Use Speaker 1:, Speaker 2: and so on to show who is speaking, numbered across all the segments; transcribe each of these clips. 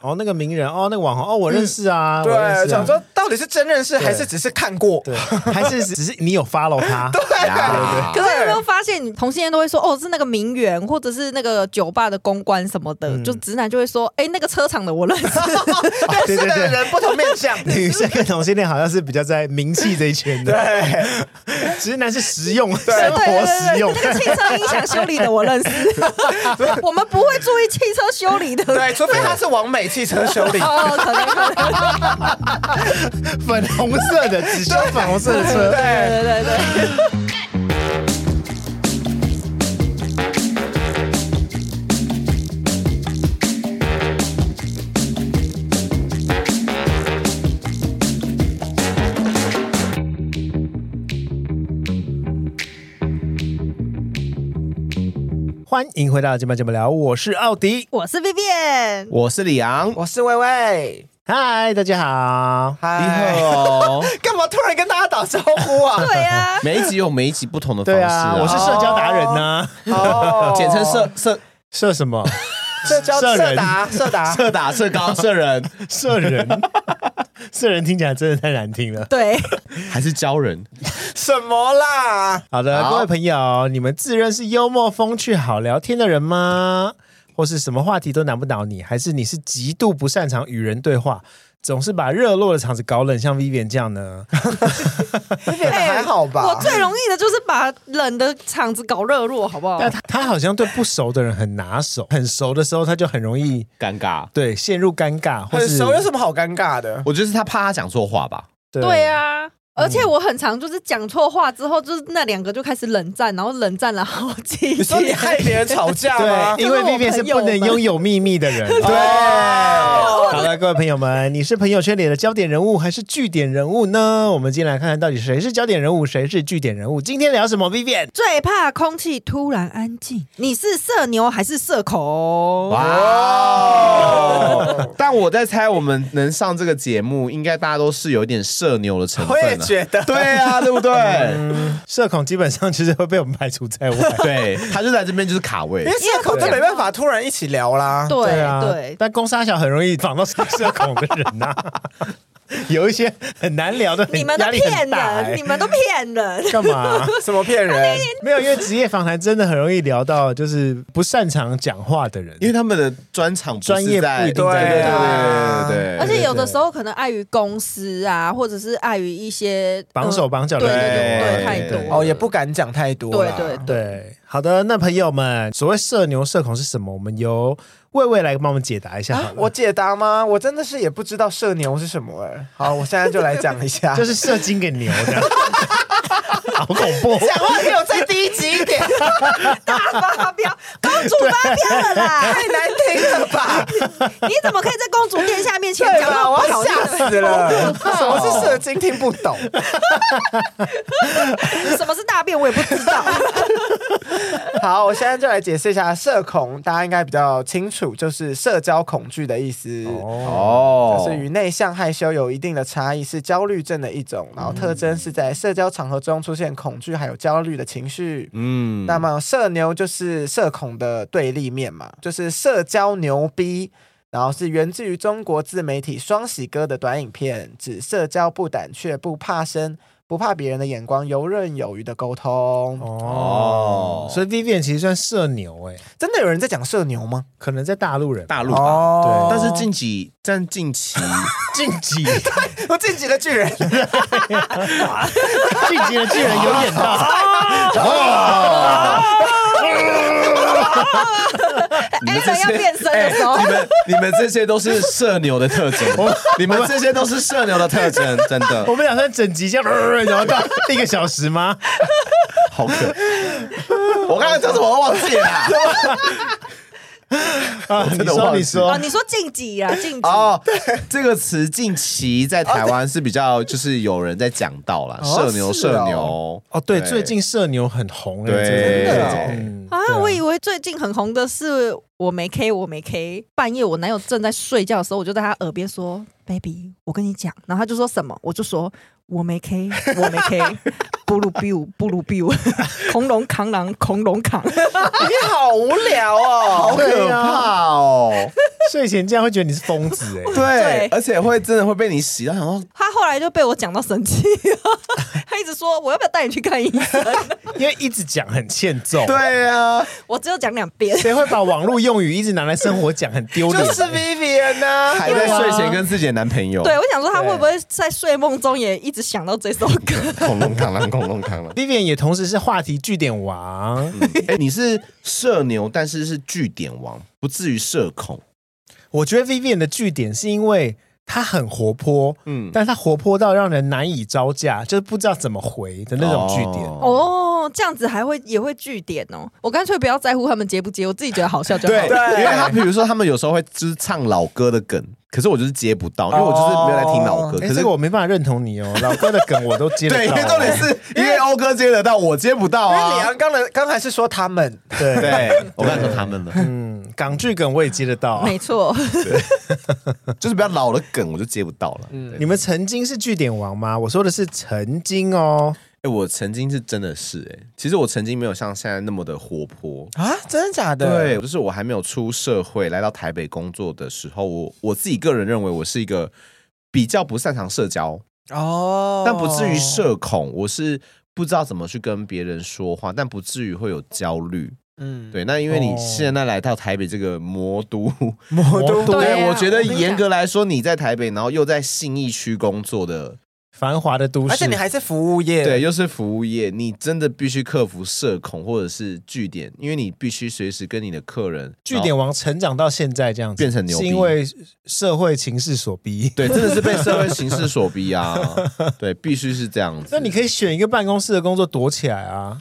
Speaker 1: 哦，那个名人哦，那个网红哦，我认识啊，我认识啊
Speaker 2: 嗯对，想说到底是真认识还是只是看过？
Speaker 1: 对，还是只是你有 follow 他，
Speaker 2: 对啊
Speaker 3: 可是你有没有发现，你同性恋都会说哦，是那个名媛或者是那个酒吧的公关什么的，
Speaker 2: 嗯
Speaker 3: 就直男就会说，哎、那个车厂的我 认识。
Speaker 2: 认识的人不同面 相。
Speaker 1: 女生跟同性恋好像是比较在名气这一圈的，
Speaker 2: 对，
Speaker 1: 直男是实用，生
Speaker 3: 对对
Speaker 1: 活
Speaker 3: 对
Speaker 1: 实用
Speaker 3: 对，。那个汽车音响修理的我 认识，我们不会注意汽车修理的。
Speaker 2: 对，除非他是往美汽车修理。
Speaker 3: 哦，可能可能，
Speaker 1: 粉红色的，只修粉红色的车。
Speaker 2: 对，
Speaker 3: 对对对。
Speaker 1: 欢迎回到今晚节目聊，我是奥迪，
Speaker 3: 我是 Vivian，
Speaker 4: 我是李昂，
Speaker 2: 我是薇薇，
Speaker 1: 嗨，大家好。
Speaker 4: 你
Speaker 2: 嗨，
Speaker 4: 好。
Speaker 2: 干嘛突然跟大家打招呼 啊？
Speaker 3: 对呀、
Speaker 4: 哦每一集有每一集不同的方
Speaker 1: 对
Speaker 4: 式、哦
Speaker 1: 啊，我是社交达人呐、
Speaker 2: 哦
Speaker 4: 简称社社
Speaker 1: 社什 么？
Speaker 2: 社交
Speaker 1: 社人
Speaker 2: 社达 社达。
Speaker 4: 社打社高社人，
Speaker 1: 社人，社人听起来真的太难听了。
Speaker 3: 对，
Speaker 4: 还是教人？
Speaker 2: 什么啦？
Speaker 1: 好的，
Speaker 4: 好
Speaker 1: 各位朋友，你们自认是幽默风趣、好聊天的人吗？或是什么话题都难不倒你？还是你是极度不擅长与人对话，总是把热络的场子搞冷，像 Vivian 这样呢？
Speaker 2: 这边还好吧
Speaker 3: 哎我？最容易的就是把冷的场子搞热络，好不好？
Speaker 1: 但他他好像对不熟的人很拿手，很熟的时候他就很容易
Speaker 4: 尴尬，
Speaker 1: 对陷入尴尬，或
Speaker 2: 很
Speaker 1: 是
Speaker 2: 熟有什么好尴尬 的？
Speaker 4: 我觉得是他怕他讲错话吧。
Speaker 3: 对啊。
Speaker 2: 嗯
Speaker 3: 而且我很常就是讲错话之后，就是那两个就开始冷战，然后冷战了好几
Speaker 2: 你说你
Speaker 3: 天。
Speaker 2: 害别人吵架吗
Speaker 1: 对，？因为
Speaker 3: 就是我
Speaker 1: Vivian 是
Speaker 3: 朋友
Speaker 1: 不能
Speaker 3: 们
Speaker 1: 拥有秘密的人。对。
Speaker 2: 啊哦
Speaker 1: 好了，各位朋友们，你是朋友圈里的焦点人物还是据点人物呢？我们进来看看到底谁是焦点人物，谁是据点人物。今天聊什么？Vivian，
Speaker 3: 最怕空气突然安静。你是社牛还是社恐？
Speaker 4: 哇哦！但我在猜，我们能上这个节目，应该大家都是有点社牛的成
Speaker 2: 我
Speaker 4: 分、啊。
Speaker 2: 也觉得，
Speaker 4: 对啊，对不对？
Speaker 1: 社恐基本上 就是会被我们排除在外。
Speaker 4: 对，他就在这边就是卡位
Speaker 2: 因为。社恐就没办法突然一起聊啦。
Speaker 3: 对
Speaker 1: 对啊，
Speaker 3: 对，
Speaker 1: 但公沙小很容易仿到社恐的人 呐、有一些很难聊的，很
Speaker 3: 你们都
Speaker 1: 压力
Speaker 3: 骗
Speaker 1: 很大欸
Speaker 3: 人，你们都骗人。
Speaker 1: 干嘛？
Speaker 2: 什么骗人？
Speaker 1: 没有，因为职业访谈真的很容易聊到就是不擅长讲话的人，
Speaker 4: 因为他们的专场不是
Speaker 1: 专业不
Speaker 4: 在
Speaker 1: 一定
Speaker 4: 对
Speaker 1: 在
Speaker 4: 对
Speaker 2: 这个
Speaker 4: 对对对 对，
Speaker 3: 而且有的时候可能碍于公司啊，或者是碍于一些
Speaker 1: 绑手绑脚
Speaker 3: 呃
Speaker 1: 的
Speaker 3: 对
Speaker 1: 人。
Speaker 3: 对对对，
Speaker 4: 对
Speaker 3: 太
Speaker 4: 对
Speaker 3: 多
Speaker 4: 对
Speaker 3: 了
Speaker 2: 哦，也不敢讲太多啦。
Speaker 3: 对对
Speaker 1: 对，好的，那朋友们，所谓社牛社恐是什么？我们由魏魏来帮我们解答一下好
Speaker 2: 啊
Speaker 1: 了。
Speaker 2: 我解答吗？我真的是也不知道社牛是什么哎、好，我现在就来讲一下。
Speaker 1: 就是射精给牛的， 好恐怖！
Speaker 2: 讲话给我再低级一点，
Speaker 3: 发飙，公主发飙了啦！
Speaker 2: 太难听了吧？
Speaker 3: 你怎么可以在公主殿下面前
Speaker 2: 对
Speaker 3: 讲
Speaker 2: 吧？
Speaker 3: 到
Speaker 2: 我
Speaker 3: 不
Speaker 2: 要
Speaker 3: 好
Speaker 2: 吓
Speaker 3: 听
Speaker 2: 死了！什么是射精？听不懂。
Speaker 3: 的？什么是大便？我也不知道。
Speaker 2: 好，我现在就来解释一下社恐，大家应该比较清楚，就是社交恐惧的意思。
Speaker 1: 哦，
Speaker 4: 哦，
Speaker 2: 就是与内向害羞有一定的差异，是焦虑症的一种，然后特征是在社交场合中出现恐惧还有焦虑的情绪。
Speaker 4: 嗯
Speaker 2: 那么社牛就是社恐的对立面嘛，就是社交牛逼，然后是源自于中国自媒体双喜哥的短影片，指社交不胆怯、不怕生、不怕别人的眼光、游刃有余的沟通。
Speaker 1: 哦
Speaker 4: 哦，
Speaker 1: 所以 Vivian 其实算社牛哎、
Speaker 2: 真的有人在讲社牛吗？
Speaker 1: 可能在大陆人
Speaker 4: 大陆吧。
Speaker 2: 哦
Speaker 4: 嗯但是近期，但近期
Speaker 1: 晋级
Speaker 2: 我晋级的巨人，
Speaker 1: 晋级的巨人有演 到，
Speaker 4: 你们
Speaker 3: Alan
Speaker 4: 这些
Speaker 3: 要变身的时候
Speaker 4: 哎你们你们这些都是社牛的特征，你们这些都是社牛的特征，真的
Speaker 1: 我们打算整 集这样，呃然后到一个小时吗？
Speaker 4: 好可。我刚才讲什么我忘记了啊。
Speaker 1: 啊，
Speaker 4: 真
Speaker 1: 你
Speaker 4: 的忘
Speaker 1: 说
Speaker 4: 记
Speaker 1: 你
Speaker 3: 哦，
Speaker 1: 说，
Speaker 3: 你说晋级啊，晋级。
Speaker 4: 哦，这个词近期在台湾是比较，就是有人在讲到啦，
Speaker 2: 哦
Speaker 4: 社牛
Speaker 2: 是哦
Speaker 4: 社牛。
Speaker 1: 哦，对，最近社牛很红哎、
Speaker 4: 对
Speaker 1: 欸，
Speaker 2: 真的哦
Speaker 1: 嗯对
Speaker 3: 啊，我以为最近很红的是我没 K，我没 K。半夜我男友正在睡觉的时候，我就在他耳边说：“baby，我跟你讲。”然后他就说什么，我就说：“我没 K，我没 K，布鲁比乌，布鲁比乌， 恐龙扛狼，恐龙扛。
Speaker 2: 你好无聊
Speaker 4: 好
Speaker 2: 哦，
Speaker 4: 可
Speaker 3: 啊
Speaker 4: 怕哦！
Speaker 1: 睡前这样会觉得你是疯子哎、
Speaker 4: 对，而且会真的会被你洗到，想说
Speaker 3: 他后来就被我讲到生气， 他一直说我要不要带你去看医生？
Speaker 1: 因为一直讲很欠揍。，
Speaker 4: 对啊，
Speaker 3: 我只有讲两遍。
Speaker 1: 谁会把网络用语一直拿来生活讲，很丢脸。
Speaker 2: 就是 Vivian 啊呢、
Speaker 4: 还在睡前跟自己的男朋友
Speaker 3: 啊对，我想说他会不会在睡梦中也一直想到这首歌？
Speaker 4: 恐龙扛狼，恐龙扛狼。
Speaker 1: Vivian 也同时是话题据点王，
Speaker 4: 哎，你是社牛，但是是据点王，不至于社恐。
Speaker 1: 我觉得 Vivian 的据点是因为她很活泼，
Speaker 4: 嗯，
Speaker 1: 但她活泼到让人难以招架，就是不知道怎么回的那种据点。
Speaker 4: 哦，
Speaker 3: 哦，这样子还会也会据点哦。我干脆不要在乎他们接不接，我自己觉得好笑就好
Speaker 4: 对，
Speaker 3: 了。
Speaker 4: 因为他比如说他们有时候会就是唱老歌的梗，可是我就是接不到，因为我就是没有在听老歌。
Speaker 1: 哎、
Speaker 4: 可
Speaker 1: 这
Speaker 4: 是
Speaker 1: 个我没办法认同你哦，老哥的梗我都接得
Speaker 4: 对，因
Speaker 1: 到、啊
Speaker 4: 为重点是因为欧哥接得到，我接不到
Speaker 2: 因为李
Speaker 4: 啊。
Speaker 2: 昂刚才刚才是说他们，
Speaker 1: 对
Speaker 4: 对， 我刚才说他们了，
Speaker 1: 嗯，港剧梗我也接得
Speaker 4: 哦
Speaker 1: 到。
Speaker 3: 没 错，
Speaker 4: 就是比较老的梗，我就接不到了。
Speaker 2: 嗯
Speaker 1: 你们曾经是据点王吗？我说的是曾经哦，
Speaker 4: 哎、我曾经是真的是哎、其实我曾经没有像现在那么的活泼。
Speaker 2: 啊，真的假的？
Speaker 4: 对，就是我还没有出社会，来到台北工作的时候，我我自己个人认为我是一个比较不擅长社交，
Speaker 2: 哦，
Speaker 4: 但不至于社恐，我是不知道怎么去跟别人说话，但不至于会有焦虑。
Speaker 2: 嗯，
Speaker 4: 对，那因为你
Speaker 1: 哦
Speaker 4: 现在来到台北这个魔都，
Speaker 1: 魔
Speaker 2: 都
Speaker 3: 对啊
Speaker 4: 我觉得
Speaker 3: 我跟你
Speaker 4: 严格来说，你在台北，然后又在信义区工作的，
Speaker 1: 繁华的都市，
Speaker 2: 而且你还是服务业，
Speaker 4: 对，，又是服务业，你真的必须克服社恐或者是据点，因为你必须随时跟你的客人
Speaker 1: 据点王成长到现在这样子，
Speaker 4: 变成牛逼
Speaker 1: 是因为社会情势所逼。
Speaker 4: 对，真的是被社会形势所 逼啊！对，必须是这样子。
Speaker 1: 那你可以选一个办公室的工作躲起来啊！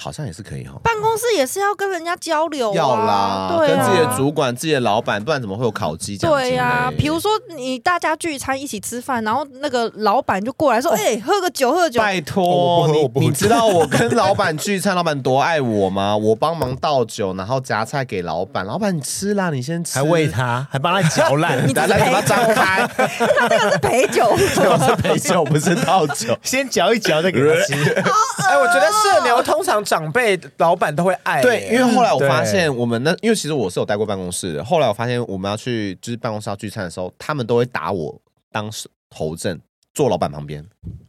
Speaker 4: 好像也是可以哈，
Speaker 3: 办公室也是要跟人家交流、啊，
Speaker 4: 要啦，
Speaker 3: 对
Speaker 4: 跟
Speaker 3: 啊，
Speaker 4: 自己的主管、自己的老板，不然怎么会有烤鸡奖金嘞？
Speaker 3: 对呀、比如说你大家聚餐一起吃饭，然后那个老板就过来说：“哎、喝个酒，喝个酒。”
Speaker 4: 哦拜
Speaker 1: 我
Speaker 4: 托
Speaker 1: 不喝我不
Speaker 4: 你，
Speaker 1: 喝
Speaker 4: 你知道哦我跟老板聚餐，老板多爱我吗？我帮忙倒酒，然后夹菜给老板，老板你吃啦，你先吃，
Speaker 1: 还喂他，还帮他嚼烂
Speaker 3: 你，
Speaker 4: 来来，嘴巴张 开，
Speaker 3: 他这哎个是陪 酒，
Speaker 4: 我是陪酒，不是倒酒。
Speaker 1: 先嚼一嚼再给他吃。
Speaker 2: 哎，我觉得社牛通常长辈、老板都会爱，
Speaker 4: 对，因为后来我发
Speaker 1: 对
Speaker 4: 现，我们那哎因为其实我是有待过办公室的。后来我发现，我们要去就是办公室要聚餐的时候，他们都会打我当时头阵，坐老板旁边。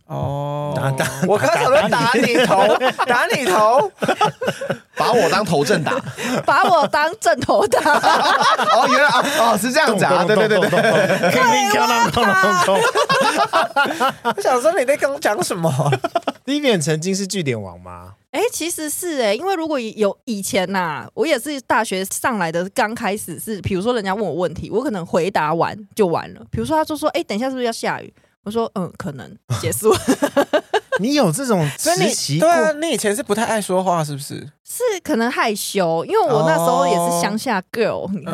Speaker 2: 哦
Speaker 1: 打打
Speaker 2: 我刚才在打你头，打你头，
Speaker 4: 把我当头 阵打
Speaker 3: 把我当正头打，
Speaker 4: 哦，原来啊哦是这样子啊，对对对对，
Speaker 1: 对，叮叮当当当当当。
Speaker 2: 我想说你在跟我讲什么？
Speaker 1: Vivian 曾经是据点王吗？
Speaker 3: 哎、其实是哎、因为如果有以前呐、我也是大学上来的，刚开始是，比如说人家问我问题，我可能回答完就完了。比如说他就说：“哎、等一下是不是要下雨？”我说：“嗯，可能。”结束
Speaker 1: 你有这种
Speaker 2: 所以
Speaker 1: 时
Speaker 2: 你
Speaker 1: 期
Speaker 2: 对
Speaker 1: 过？
Speaker 2: 啊，你以前是不太爱说话，是不是？
Speaker 3: 是可能害羞，因为我那时候也
Speaker 4: 哦
Speaker 3: 是乡下 girl，、
Speaker 2: 嗯，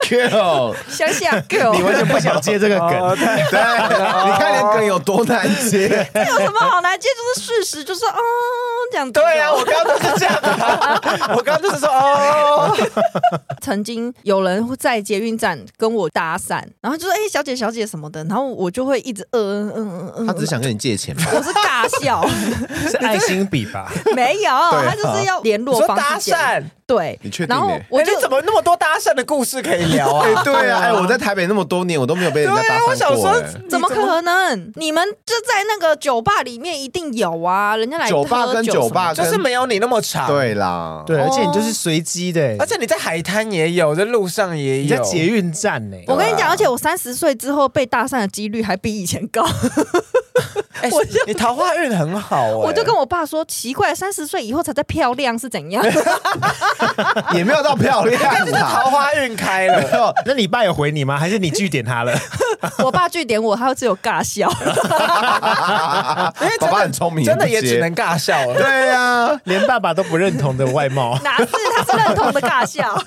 Speaker 4: Q，
Speaker 3: 乡下 girl，
Speaker 1: 你完全不想接这个梗。
Speaker 2: 哦对
Speaker 4: 对， 你看连梗有多难接，
Speaker 3: 这有什么好难接？就是事实，就是哦，这样子就好。
Speaker 2: 对啊，我刚刚就是这样的啊， 我刚刚就是说哦，
Speaker 3: 曾经有人会在捷运站跟我搭讪，然后就说：“哎、小姐，小姐什么的。”然后我就会一直嗯嗯嗯嗯，
Speaker 4: 他只是想跟你借钱吧。
Speaker 3: 我是尬笑，
Speaker 1: 是爱心笔吧？
Speaker 3: 没有，
Speaker 4: 对
Speaker 3: 他就是要联
Speaker 2: 你
Speaker 3: 络
Speaker 2: 说
Speaker 3: 方
Speaker 2: 搭
Speaker 3: 式简单，
Speaker 2: 讪，
Speaker 3: 对，
Speaker 4: 你确定
Speaker 3: 然后
Speaker 4: 欸
Speaker 2: 我
Speaker 3: 我就
Speaker 2: 哎你怎么那么多搭讪的故事可以聊啊？
Speaker 4: 哎，对啊，哎，我在台北那么多年，我都没有被人家
Speaker 2: 对
Speaker 4: 搭
Speaker 2: 啊，我想
Speaker 4: 讪过。
Speaker 2: 说
Speaker 4: 哎
Speaker 3: 怎么可能？你们就在那个酒吧里面一定有啊，人家来
Speaker 4: 酒吧
Speaker 3: 喝
Speaker 4: 跟
Speaker 3: 酒
Speaker 4: 酒
Speaker 3: 什么
Speaker 4: 吧
Speaker 3: 的
Speaker 2: 就是没有你那么长，，
Speaker 4: 对啊啦，
Speaker 1: 对，
Speaker 3: 哦
Speaker 1: 而且你就是随机的、
Speaker 2: 而且你在海滩也有，在路上也有，哦
Speaker 1: 你在捷运站呢、
Speaker 3: 我跟你
Speaker 4: 对
Speaker 3: 讲，
Speaker 4: 啊
Speaker 3: 而且我三十岁之后被搭讪的几率还比以前高。
Speaker 2: 哎
Speaker 3: 我就
Speaker 2: 你桃花运很好哎，
Speaker 3: 我就跟我爸说，奇怪，三十岁以后才在漂亮是怎 样？
Speaker 4: 也没有到漂亮啊 啦。
Speaker 2: 桃花运开 了，
Speaker 1: 哦那你爸有回你吗？还是你据点他了？
Speaker 3: 我爸据点我，他只有尬 笑。，
Speaker 4: 爸爸很聪明，
Speaker 2: 真的
Speaker 4: 不
Speaker 2: 也
Speaker 4: 接
Speaker 2: 只能尬笑了。
Speaker 4: 对啊呀。
Speaker 1: 连爸爸都不认同的外貌
Speaker 3: 哪是他是认同的尬 笑？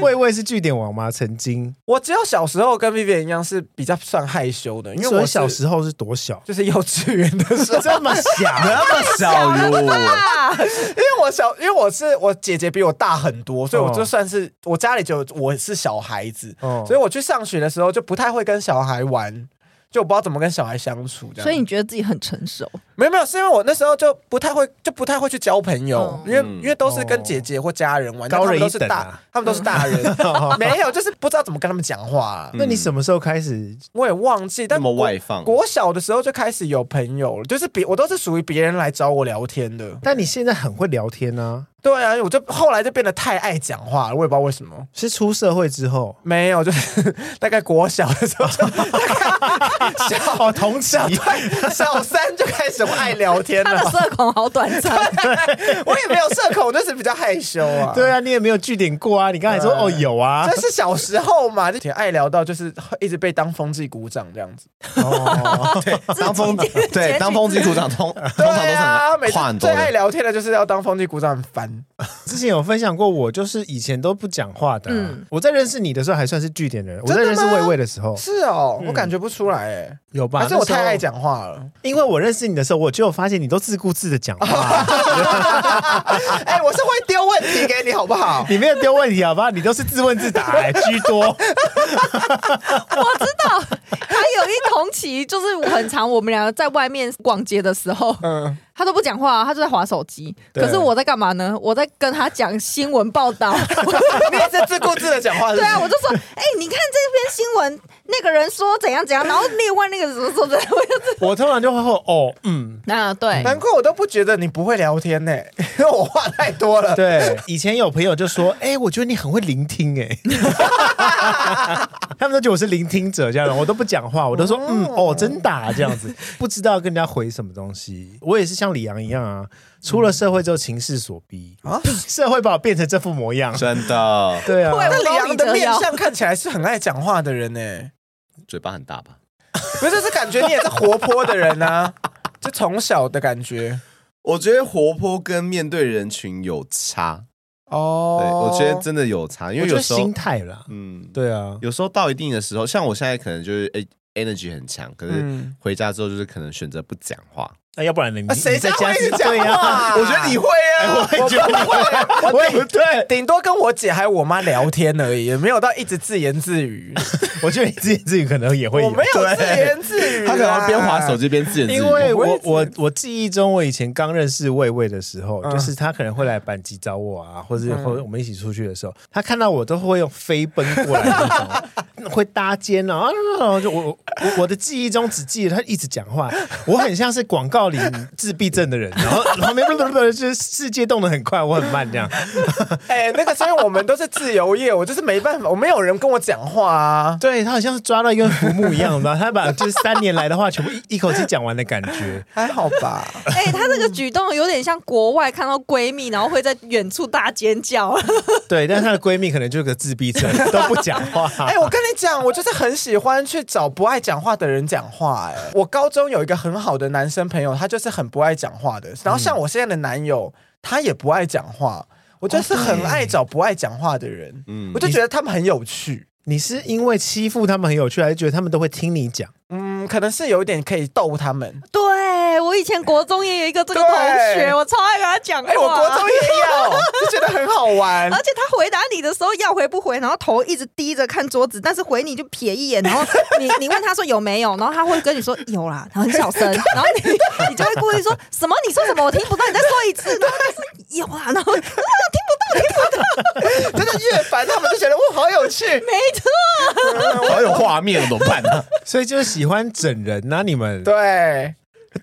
Speaker 1: 魏魏是据点王吗？曾经，
Speaker 2: 我只有小时候跟 Vivian 一样是比较算害羞的，因为
Speaker 1: 所
Speaker 2: 我
Speaker 1: 以小
Speaker 2: 是？
Speaker 1: 时候是多小
Speaker 2: 就是幼稚园的时候，
Speaker 1: 这么小？
Speaker 4: 那么小哟，
Speaker 3: 啊，
Speaker 2: 因为我小，因为我是我姐姐比我大很多，所以我
Speaker 1: 哦
Speaker 2: 就算是、我家里就有我是小孩子，
Speaker 1: 哦
Speaker 2: 所以我去上学的时候就不太会跟小孩玩。就我不知道怎么跟小孩相处这样。
Speaker 3: 所以你觉得自己很成熟，
Speaker 2: 没有没有，是因为我那时候就不太会，就不太会去交朋友，因
Speaker 3: 嗯
Speaker 2: 为
Speaker 4: 嗯
Speaker 2: 因为都是跟姐姐或家人玩，
Speaker 1: 高人
Speaker 2: 但他们都是
Speaker 1: 一等
Speaker 2: 大，
Speaker 1: 啊
Speaker 2: 他们都是大人，没有，就是不知道怎么跟他们讲话啊、
Speaker 1: 那你什么时候开始？
Speaker 2: 我也忘记，
Speaker 4: 那
Speaker 2: 但
Speaker 4: 么
Speaker 2: 国
Speaker 4: 外放？
Speaker 2: 国小的时候就开始有朋友了，就是别我都是属于别人来找我聊天的。
Speaker 1: 但你现在很会聊天啊，
Speaker 2: 对啊，我就后来就变得太爱讲话了，我也不知道为什么。。
Speaker 1: 是出社会之后
Speaker 2: 没有，就是 大概国小的时候就，
Speaker 1: 哦，同期
Speaker 2: 小三就开始我爱聊天
Speaker 3: 他的
Speaker 2: 了。
Speaker 3: 社恐好短暂。
Speaker 2: 我也没有社恐，我就是比较害羞啊。
Speaker 1: 对啊，你也没有据点过啊。你刚才说
Speaker 2: 对
Speaker 1: 哦有啊
Speaker 2: 这，是小时候嘛，就 挺爱聊到，就是一直被当风纪鼓掌这样子。
Speaker 1: 哦，
Speaker 4: 当风
Speaker 3: 截
Speaker 4: 对
Speaker 3: 取
Speaker 4: 当风纪组长通通
Speaker 2: 对
Speaker 4: 常都是
Speaker 2: 啊，每
Speaker 4: 很
Speaker 2: 次
Speaker 4: 话很多
Speaker 2: 最爱
Speaker 4: 的，
Speaker 2: 聊天的就是要当风纪鼓掌，很烦。
Speaker 1: 之前有分享过，我就是以前都不讲话的啊、
Speaker 3: 嗯
Speaker 1: 我在认识你的时候还算是据点人，我在
Speaker 2: 真的
Speaker 1: 认识
Speaker 2: 吗
Speaker 1: 魏魏的时候
Speaker 2: 是哦，
Speaker 1: 嗯
Speaker 2: 我感觉不出来哎，
Speaker 1: 有吧？
Speaker 2: 还是我
Speaker 1: 那时候
Speaker 2: 太爱，讲话了。
Speaker 1: 因为我认识你的时候，我就有发现你都自顾自的讲话，
Speaker 2: 哎，我是会丢问题给你，好 不好？
Speaker 1: 你没有丢问题好吧？你都是自问自答、哎居 多。
Speaker 3: 还有一同期，就是很长，我们两个在外面逛街的时候，
Speaker 2: 嗯，
Speaker 3: 他都不讲话、啊他就在划手机。
Speaker 2: 对
Speaker 3: 可是我在干嘛呢？我在跟他讲新闻报道。
Speaker 2: 你也是自顾自的讲话，是不
Speaker 3: 对
Speaker 2: 是
Speaker 3: 啊，我就 说，哎、你看这篇新闻，那个人说怎样怎样，然后另外那个人说说怎样，我就
Speaker 1: 我通常就会说哦，嗯，
Speaker 3: 啊，对，
Speaker 2: 难怪我都不觉得你不会聊天呢， 因为我话太多 了。
Speaker 1: 对。以前有朋友就说，哎、我觉得你很会聆听、哎， 他们都觉得我是聆听者这样的，我都不讲话，我都说嗯哦，真打、这样子，不知道跟人家回什么东西。我也是像李阳一样啊，出了社会之后情势所逼啊
Speaker 2: 啊，
Speaker 1: 社会把我变成这副模样。
Speaker 4: 真的
Speaker 1: 对啊，
Speaker 3: 会
Speaker 2: 那李阳的面
Speaker 3: 我帮你
Speaker 2: 相看起来是很爱讲话的人呢。
Speaker 4: 嘴巴很大吧？
Speaker 2: 不是，是感觉你也是活泼的人啊，就从小的感觉
Speaker 4: 我觉得活泼跟面对人群有差，对
Speaker 2: 哦。
Speaker 4: 我觉得真的有差，因
Speaker 1: 我
Speaker 4: 为
Speaker 1: 觉
Speaker 4: 有
Speaker 1: 得
Speaker 4: 时候
Speaker 1: 心态啦，
Speaker 4: 嗯，
Speaker 1: 对啊，
Speaker 4: 有时候到一定的时候，像我现在可能就是诶 energy 很强，可是
Speaker 2: 嗯，
Speaker 4: 回家之后就是可能选择不讲话。
Speaker 1: 那要不然呢？
Speaker 2: 啊
Speaker 1: 你
Speaker 2: 谁
Speaker 1: 你在
Speaker 2: 家会
Speaker 1: 家
Speaker 2: 一直
Speaker 1: 是
Speaker 2: 讲
Speaker 1: 对啊，
Speaker 2: 话？
Speaker 4: 我觉得你会
Speaker 2: 啊，
Speaker 1: 我也觉得你会，我也不对，
Speaker 2: 顶多跟我姐还有我妈聊天而已，也没有到一直自言自语。
Speaker 1: 我觉得你自己自己可能也会 有
Speaker 2: 我没。有自言自语啊，
Speaker 4: 他可能边滑手机边自言自语，
Speaker 1: 因为
Speaker 2: 我也
Speaker 1: 我
Speaker 2: 是
Speaker 1: 我我记忆中，我以前刚认识魏魏的时候，
Speaker 2: 嗯
Speaker 1: 就是他可能会来班级找我啊，或者
Speaker 2: 嗯
Speaker 1: 或者我们一起出去的时候，他看到我都会用飞奔过来的那种， 会搭肩啊，啊就我我我的记忆中只记得他一直讲话，我很像是广告里自闭症的人，然后旁边不不不就是世界动得很快，我很慢这样。
Speaker 2: 哎、那个，所以我们都是自由业，我就是没办法，我没有人跟我讲话啊。
Speaker 1: 对他好像是抓到一根浮木一样吧，他把就是三年来的话全部一一口气讲完的感觉。
Speaker 2: 还好吧，
Speaker 3: 哎、他这个举动有点像国外看到闺蜜，然后会在远处大尖叫。
Speaker 1: 对，但是她的闺蜜可能就是个自闭症，都不讲话。
Speaker 2: 哎、我跟你讲，我就是很喜欢去找不爱讲话的人讲话、哎，我高中有一个很好的男生朋友，他就是很不爱讲话的。然后像我现在的男友，他也不爱讲话，我就是很爱找不爱讲话的人。
Speaker 4: 嗯
Speaker 2: 我就觉得他们很有趣。
Speaker 1: 你是因为欺负他们很有趣，还是觉得他们都会听你 讲？
Speaker 2: 嗯，可能是有一点可以逗他们。
Speaker 3: 对我以前国中也有一个这个同学，
Speaker 2: 对
Speaker 3: 我超爱跟他讲话。
Speaker 2: 哎、我国中也有，就觉得很好 玩。
Speaker 3: 而且他回答你的时候要回不回，然后头一直低着看桌子，但是回你就瞥一眼，然后 你你问他说有没有，然后他会跟你说有啦，然后很小声， 然后你你就会故意说什么你说什么我听不到，你再说一次，然后他说有啦，然后
Speaker 2: 真的越烦，他们就觉得哇，好有趣。
Speaker 3: 没错，
Speaker 4: 得好有画面，怎么办呢？
Speaker 1: 所以就是喜欢整人呐、你们
Speaker 2: 对，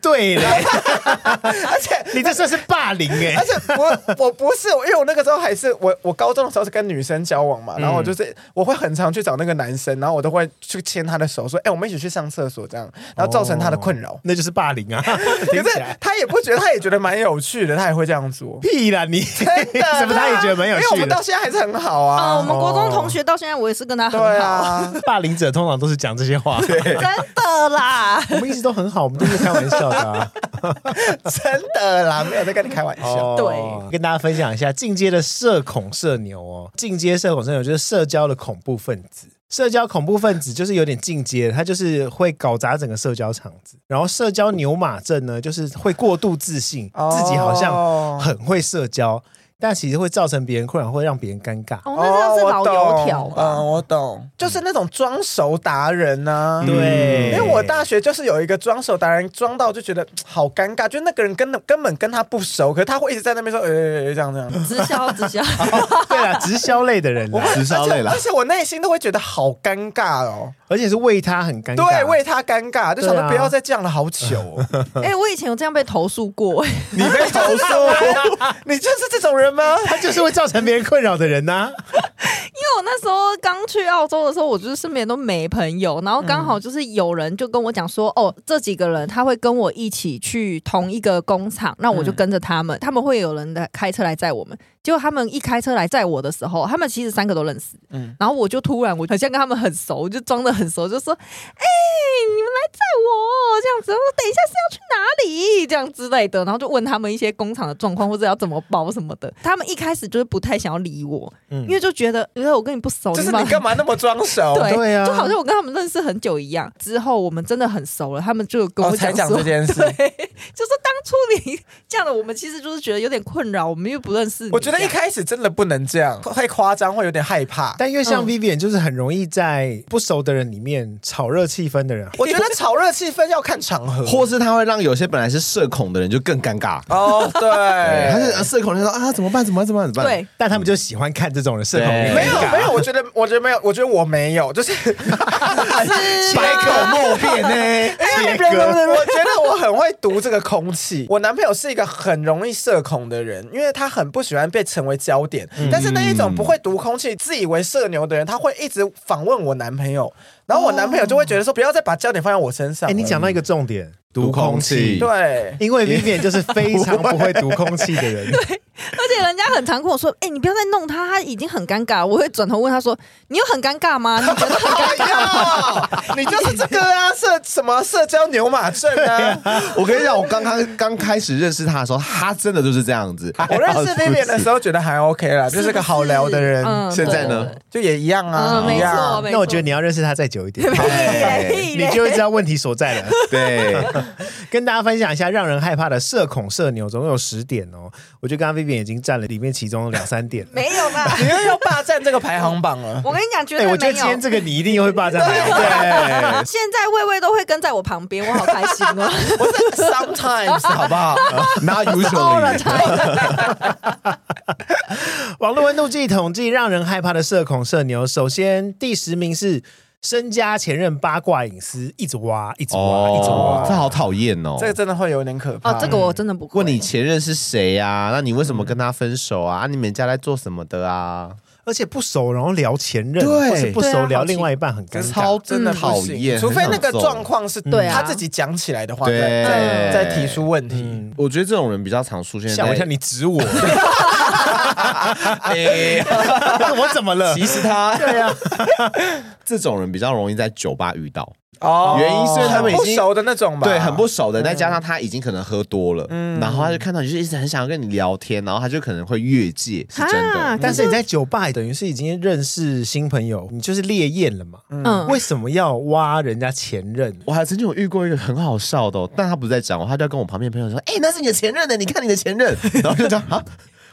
Speaker 1: 对嘞，
Speaker 2: 而且
Speaker 1: 你这算是霸凌哎、
Speaker 2: 而且我我不是，因为我那个时候还是我我高中的时候是跟女生交往嘛，
Speaker 1: 嗯
Speaker 2: 然后我就是我会很常去找那个男生，然后我都会去牵他的手，说哎、我们一起去上厕所这样，然后造成他的困扰。
Speaker 1: 哦那就是霸凌啊！
Speaker 2: 可
Speaker 1: 听起
Speaker 2: 是
Speaker 1: 来
Speaker 2: 他也不觉得，他也觉得蛮有趣的，他也会这样 做。
Speaker 1: 屁啦你，
Speaker 2: 真的啊，
Speaker 1: 什么他也觉得蛮有
Speaker 2: 因为我
Speaker 1: 趣
Speaker 2: 们到
Speaker 1: 的。
Speaker 2: 现在还是很好 啊。
Speaker 3: 啊，我们国中同学到现在我也是跟他很好，
Speaker 2: 对啊，
Speaker 1: 霸凌者通常都是讲这些话，
Speaker 3: 真 的啦。
Speaker 1: 我们一直都很好，我们都是开玩笑的、啊。
Speaker 2: 真的啦，没有在跟你开玩笑。
Speaker 3: 对
Speaker 1: 跟大家分享一下哦进阶的社恐社牛哦，进阶社恐社牛就是社交的恐怖分子。社交恐怖分子就是有点进阶，他就是会搞砸整个社交场子。然后社哦交牛马症呢，就是会过度自信，自己好像
Speaker 2: 哦
Speaker 1: 很会社交，但其实会造成别人困扰，会让别人尴尬。
Speaker 3: 哦，那这样是老油条吧？
Speaker 2: 嗯，我懂，就是那种装熟达人呐、
Speaker 4: 嗯对
Speaker 2: 因为我大学就是有一个装熟达人，装到就觉得嘖好尴尬，就那个人根本根本跟他不熟，可是他会一直在那边说，呃、呃呃这样这样。
Speaker 3: 直销，直 销，
Speaker 1: 对啦，直销类的人啦，
Speaker 4: 直销类啦
Speaker 2: 而，且我内心都会觉得好尴尬哦，
Speaker 1: 而且是为他很尴尬。
Speaker 2: 对，为他尴尬，就想
Speaker 1: 对
Speaker 2: 说
Speaker 1: 啊
Speaker 2: 不要再这样了，好糗哦。
Speaker 3: 哎、我以前有这样被投诉过、哎，
Speaker 2: 你被投诉， 你就是这种人吗？
Speaker 1: 他就是会造成别人困扰的人呐、
Speaker 3: 因为我那时候刚去澳洲的时候，我就是身边都没朋友，然后刚
Speaker 2: 嗯
Speaker 3: 好就是有人就跟我讲说，哦，这几个人他会跟我一起去同一个工厂，那
Speaker 2: 嗯
Speaker 3: 我就跟着他们，他们会有人来开车来载我们。结果他们一开车来载我的时候，他们其实三个都认识，
Speaker 2: 嗯
Speaker 3: 然后我就突然我好像跟他们很熟，我就装的很熟，就说，哎、你们来载我这样子，我等一下是要去哪里这样之类的，然后就问他们一些工厂的状况或者要怎么包什么
Speaker 2: 嗯
Speaker 3: 的。他们一开始就是不太想要理我，因为就觉得，因为我跟你不熟，
Speaker 2: 就是
Speaker 3: 把
Speaker 2: 你干嘛那么装熟？
Speaker 3: 对
Speaker 1: 对啊
Speaker 3: 就好像我跟他们认识很久一样。之后我们真的很熟了，他们就跟
Speaker 2: 哦
Speaker 3: 我
Speaker 2: 才讲
Speaker 3: 讲说，
Speaker 2: 这件事。
Speaker 3: 就说当初你这样的，我们其实就是觉得有点困扰，我们又不认识你。
Speaker 2: 我觉得
Speaker 3: 这
Speaker 2: 一
Speaker 3: 样
Speaker 2: 开始真的不能这样，太夸张， 会有点害怕。
Speaker 1: 但因为像
Speaker 3: 嗯
Speaker 1: Vivian 就是很容易在不熟的人里面炒热气氛的人，
Speaker 2: 我觉得炒热气氛要看场合。
Speaker 4: 或是他会让有些本来是社恐的人就更尴尬。
Speaker 2: 哦，对，
Speaker 4: 对，他是呃社恐，就说啊怎么办？怎么办？怎么办？怎么办？
Speaker 3: 对，
Speaker 1: 但他们就喜欢看这种人社恐
Speaker 4: 对
Speaker 1: 面
Speaker 2: 没有
Speaker 1: 尴尬
Speaker 2: 没有，我觉得我觉得没有，我觉得我没有，哎 就是啊
Speaker 4: 百口莫辩呢。
Speaker 1: 切割
Speaker 2: 我觉得我很会读这个空气。 我男朋友是一个很容易社恐的人，因为他很不喜欢被成为焦点。但是那一种不会读空气、自以为社牛的人，他会一直访问我男朋友，然后我男朋友就会觉得说，不要再把焦点放在我身上
Speaker 1: 哎、
Speaker 2: 了。
Speaker 1: 你讲到一个重点，
Speaker 4: 读空气
Speaker 2: 对。
Speaker 1: 啊因为 Vivian 就是非常不会读空气的人，
Speaker 3: 而且人家很常跟我说：“哎、你不要再弄他，他已经很尴尬。”我会转头问他说：“你有很尴尬吗？你觉 得很尴尬吗
Speaker 2: 哎呀，你就是这个啊，社什么社交牛马症啊！
Speaker 4: 我跟你讲，我刚刚刚开始认识他的时候，他真的就是这样子。
Speaker 2: 我认识 Vivian 的时候觉得还 OK 啦，？”就是个好聊的人，
Speaker 3: 嗯
Speaker 4: 现在呢
Speaker 3: 对
Speaker 2: 就也一样啊，
Speaker 3: 嗯，没
Speaker 2: 一样
Speaker 3: 错，没错。
Speaker 1: 那我觉得你要认识他再久一 点，
Speaker 4: 哎
Speaker 3: 屁
Speaker 1: 你
Speaker 3: 嘞
Speaker 1: 就会知道问题所在了。
Speaker 4: 对，
Speaker 1: 跟大家分享一下让人害怕的社恐社牛，总共有十点哦。我觉得刚刚 Vivian 已经占了里面其中两三点了。
Speaker 3: 没有吧？
Speaker 2: 你又要霸占这个排行榜啊了。
Speaker 3: 我跟你讲，绝
Speaker 1: 哎、
Speaker 3: 对没有。
Speaker 1: 我觉得今天这个你一定会霸占。
Speaker 4: 对，
Speaker 3: 现在魏魏都会跟在我旁边，我好开心哦。
Speaker 2: 我是 sometimes 好不好？
Speaker 3: All
Speaker 4: 那
Speaker 3: the
Speaker 4: usually
Speaker 3: time
Speaker 1: 网络温度计统计让人害怕的社恐社牛，首先第十名是身家前任八卦隐私，一直挖，一直挖，一直
Speaker 4: 哦，这
Speaker 1: 挖。
Speaker 4: 好讨厌哦。
Speaker 2: 这个真的会有点可怕。
Speaker 3: 哦，这个我真的不会。
Speaker 4: 问你前任是谁呀、啊？那你为什么跟他分手啊？啊，你们家在做什么的啊？
Speaker 1: 而且不熟，然后聊前任，
Speaker 4: 对
Speaker 1: 或是不
Speaker 3: 对
Speaker 1: 熟
Speaker 3: 啊
Speaker 1: 聊
Speaker 3: 好奇
Speaker 1: 另外一半，很尴
Speaker 2: 真的
Speaker 1: 尬。
Speaker 4: 超
Speaker 2: 真的不
Speaker 4: 讨
Speaker 2: 行
Speaker 4: 嗯厌，
Speaker 2: 除非那个
Speaker 4: 很想揍嗯
Speaker 2: 状。况是
Speaker 3: 对啊
Speaker 2: 他自己讲起来的话，
Speaker 4: 对
Speaker 2: 再再再提出问题。
Speaker 1: 嗯，
Speaker 4: 我觉得这种人比较常出现在。
Speaker 1: 吓我一跳， 你指我，
Speaker 4: 哎
Speaker 1: 我怎么了？
Speaker 4: 其实他
Speaker 1: 对啊，
Speaker 4: 这种人比较容易在酒吧遇到，
Speaker 3: 啊
Speaker 2: 哦
Speaker 4: 原因是因为他们已
Speaker 2: 很不
Speaker 4: 经
Speaker 2: 熟的那种吧？嗯
Speaker 4: 对，很不熟的，再加上他已经可能喝多了，然后他就看到你就一直很想要跟你聊天，然后他就可能会越界，是真
Speaker 3: 啊
Speaker 4: 的。
Speaker 1: 但是你在酒吧等于是已经认识新朋友，你就是烈焰了嘛？
Speaker 3: 嗯
Speaker 1: 为什么要挖人家前任？
Speaker 4: 我还曾经有遇过一个很好笑的、哦，但他不是在讲我，他就跟我旁边朋友说：“哎、那是你的前任呢，你看你的前任。” 然后就这样啊，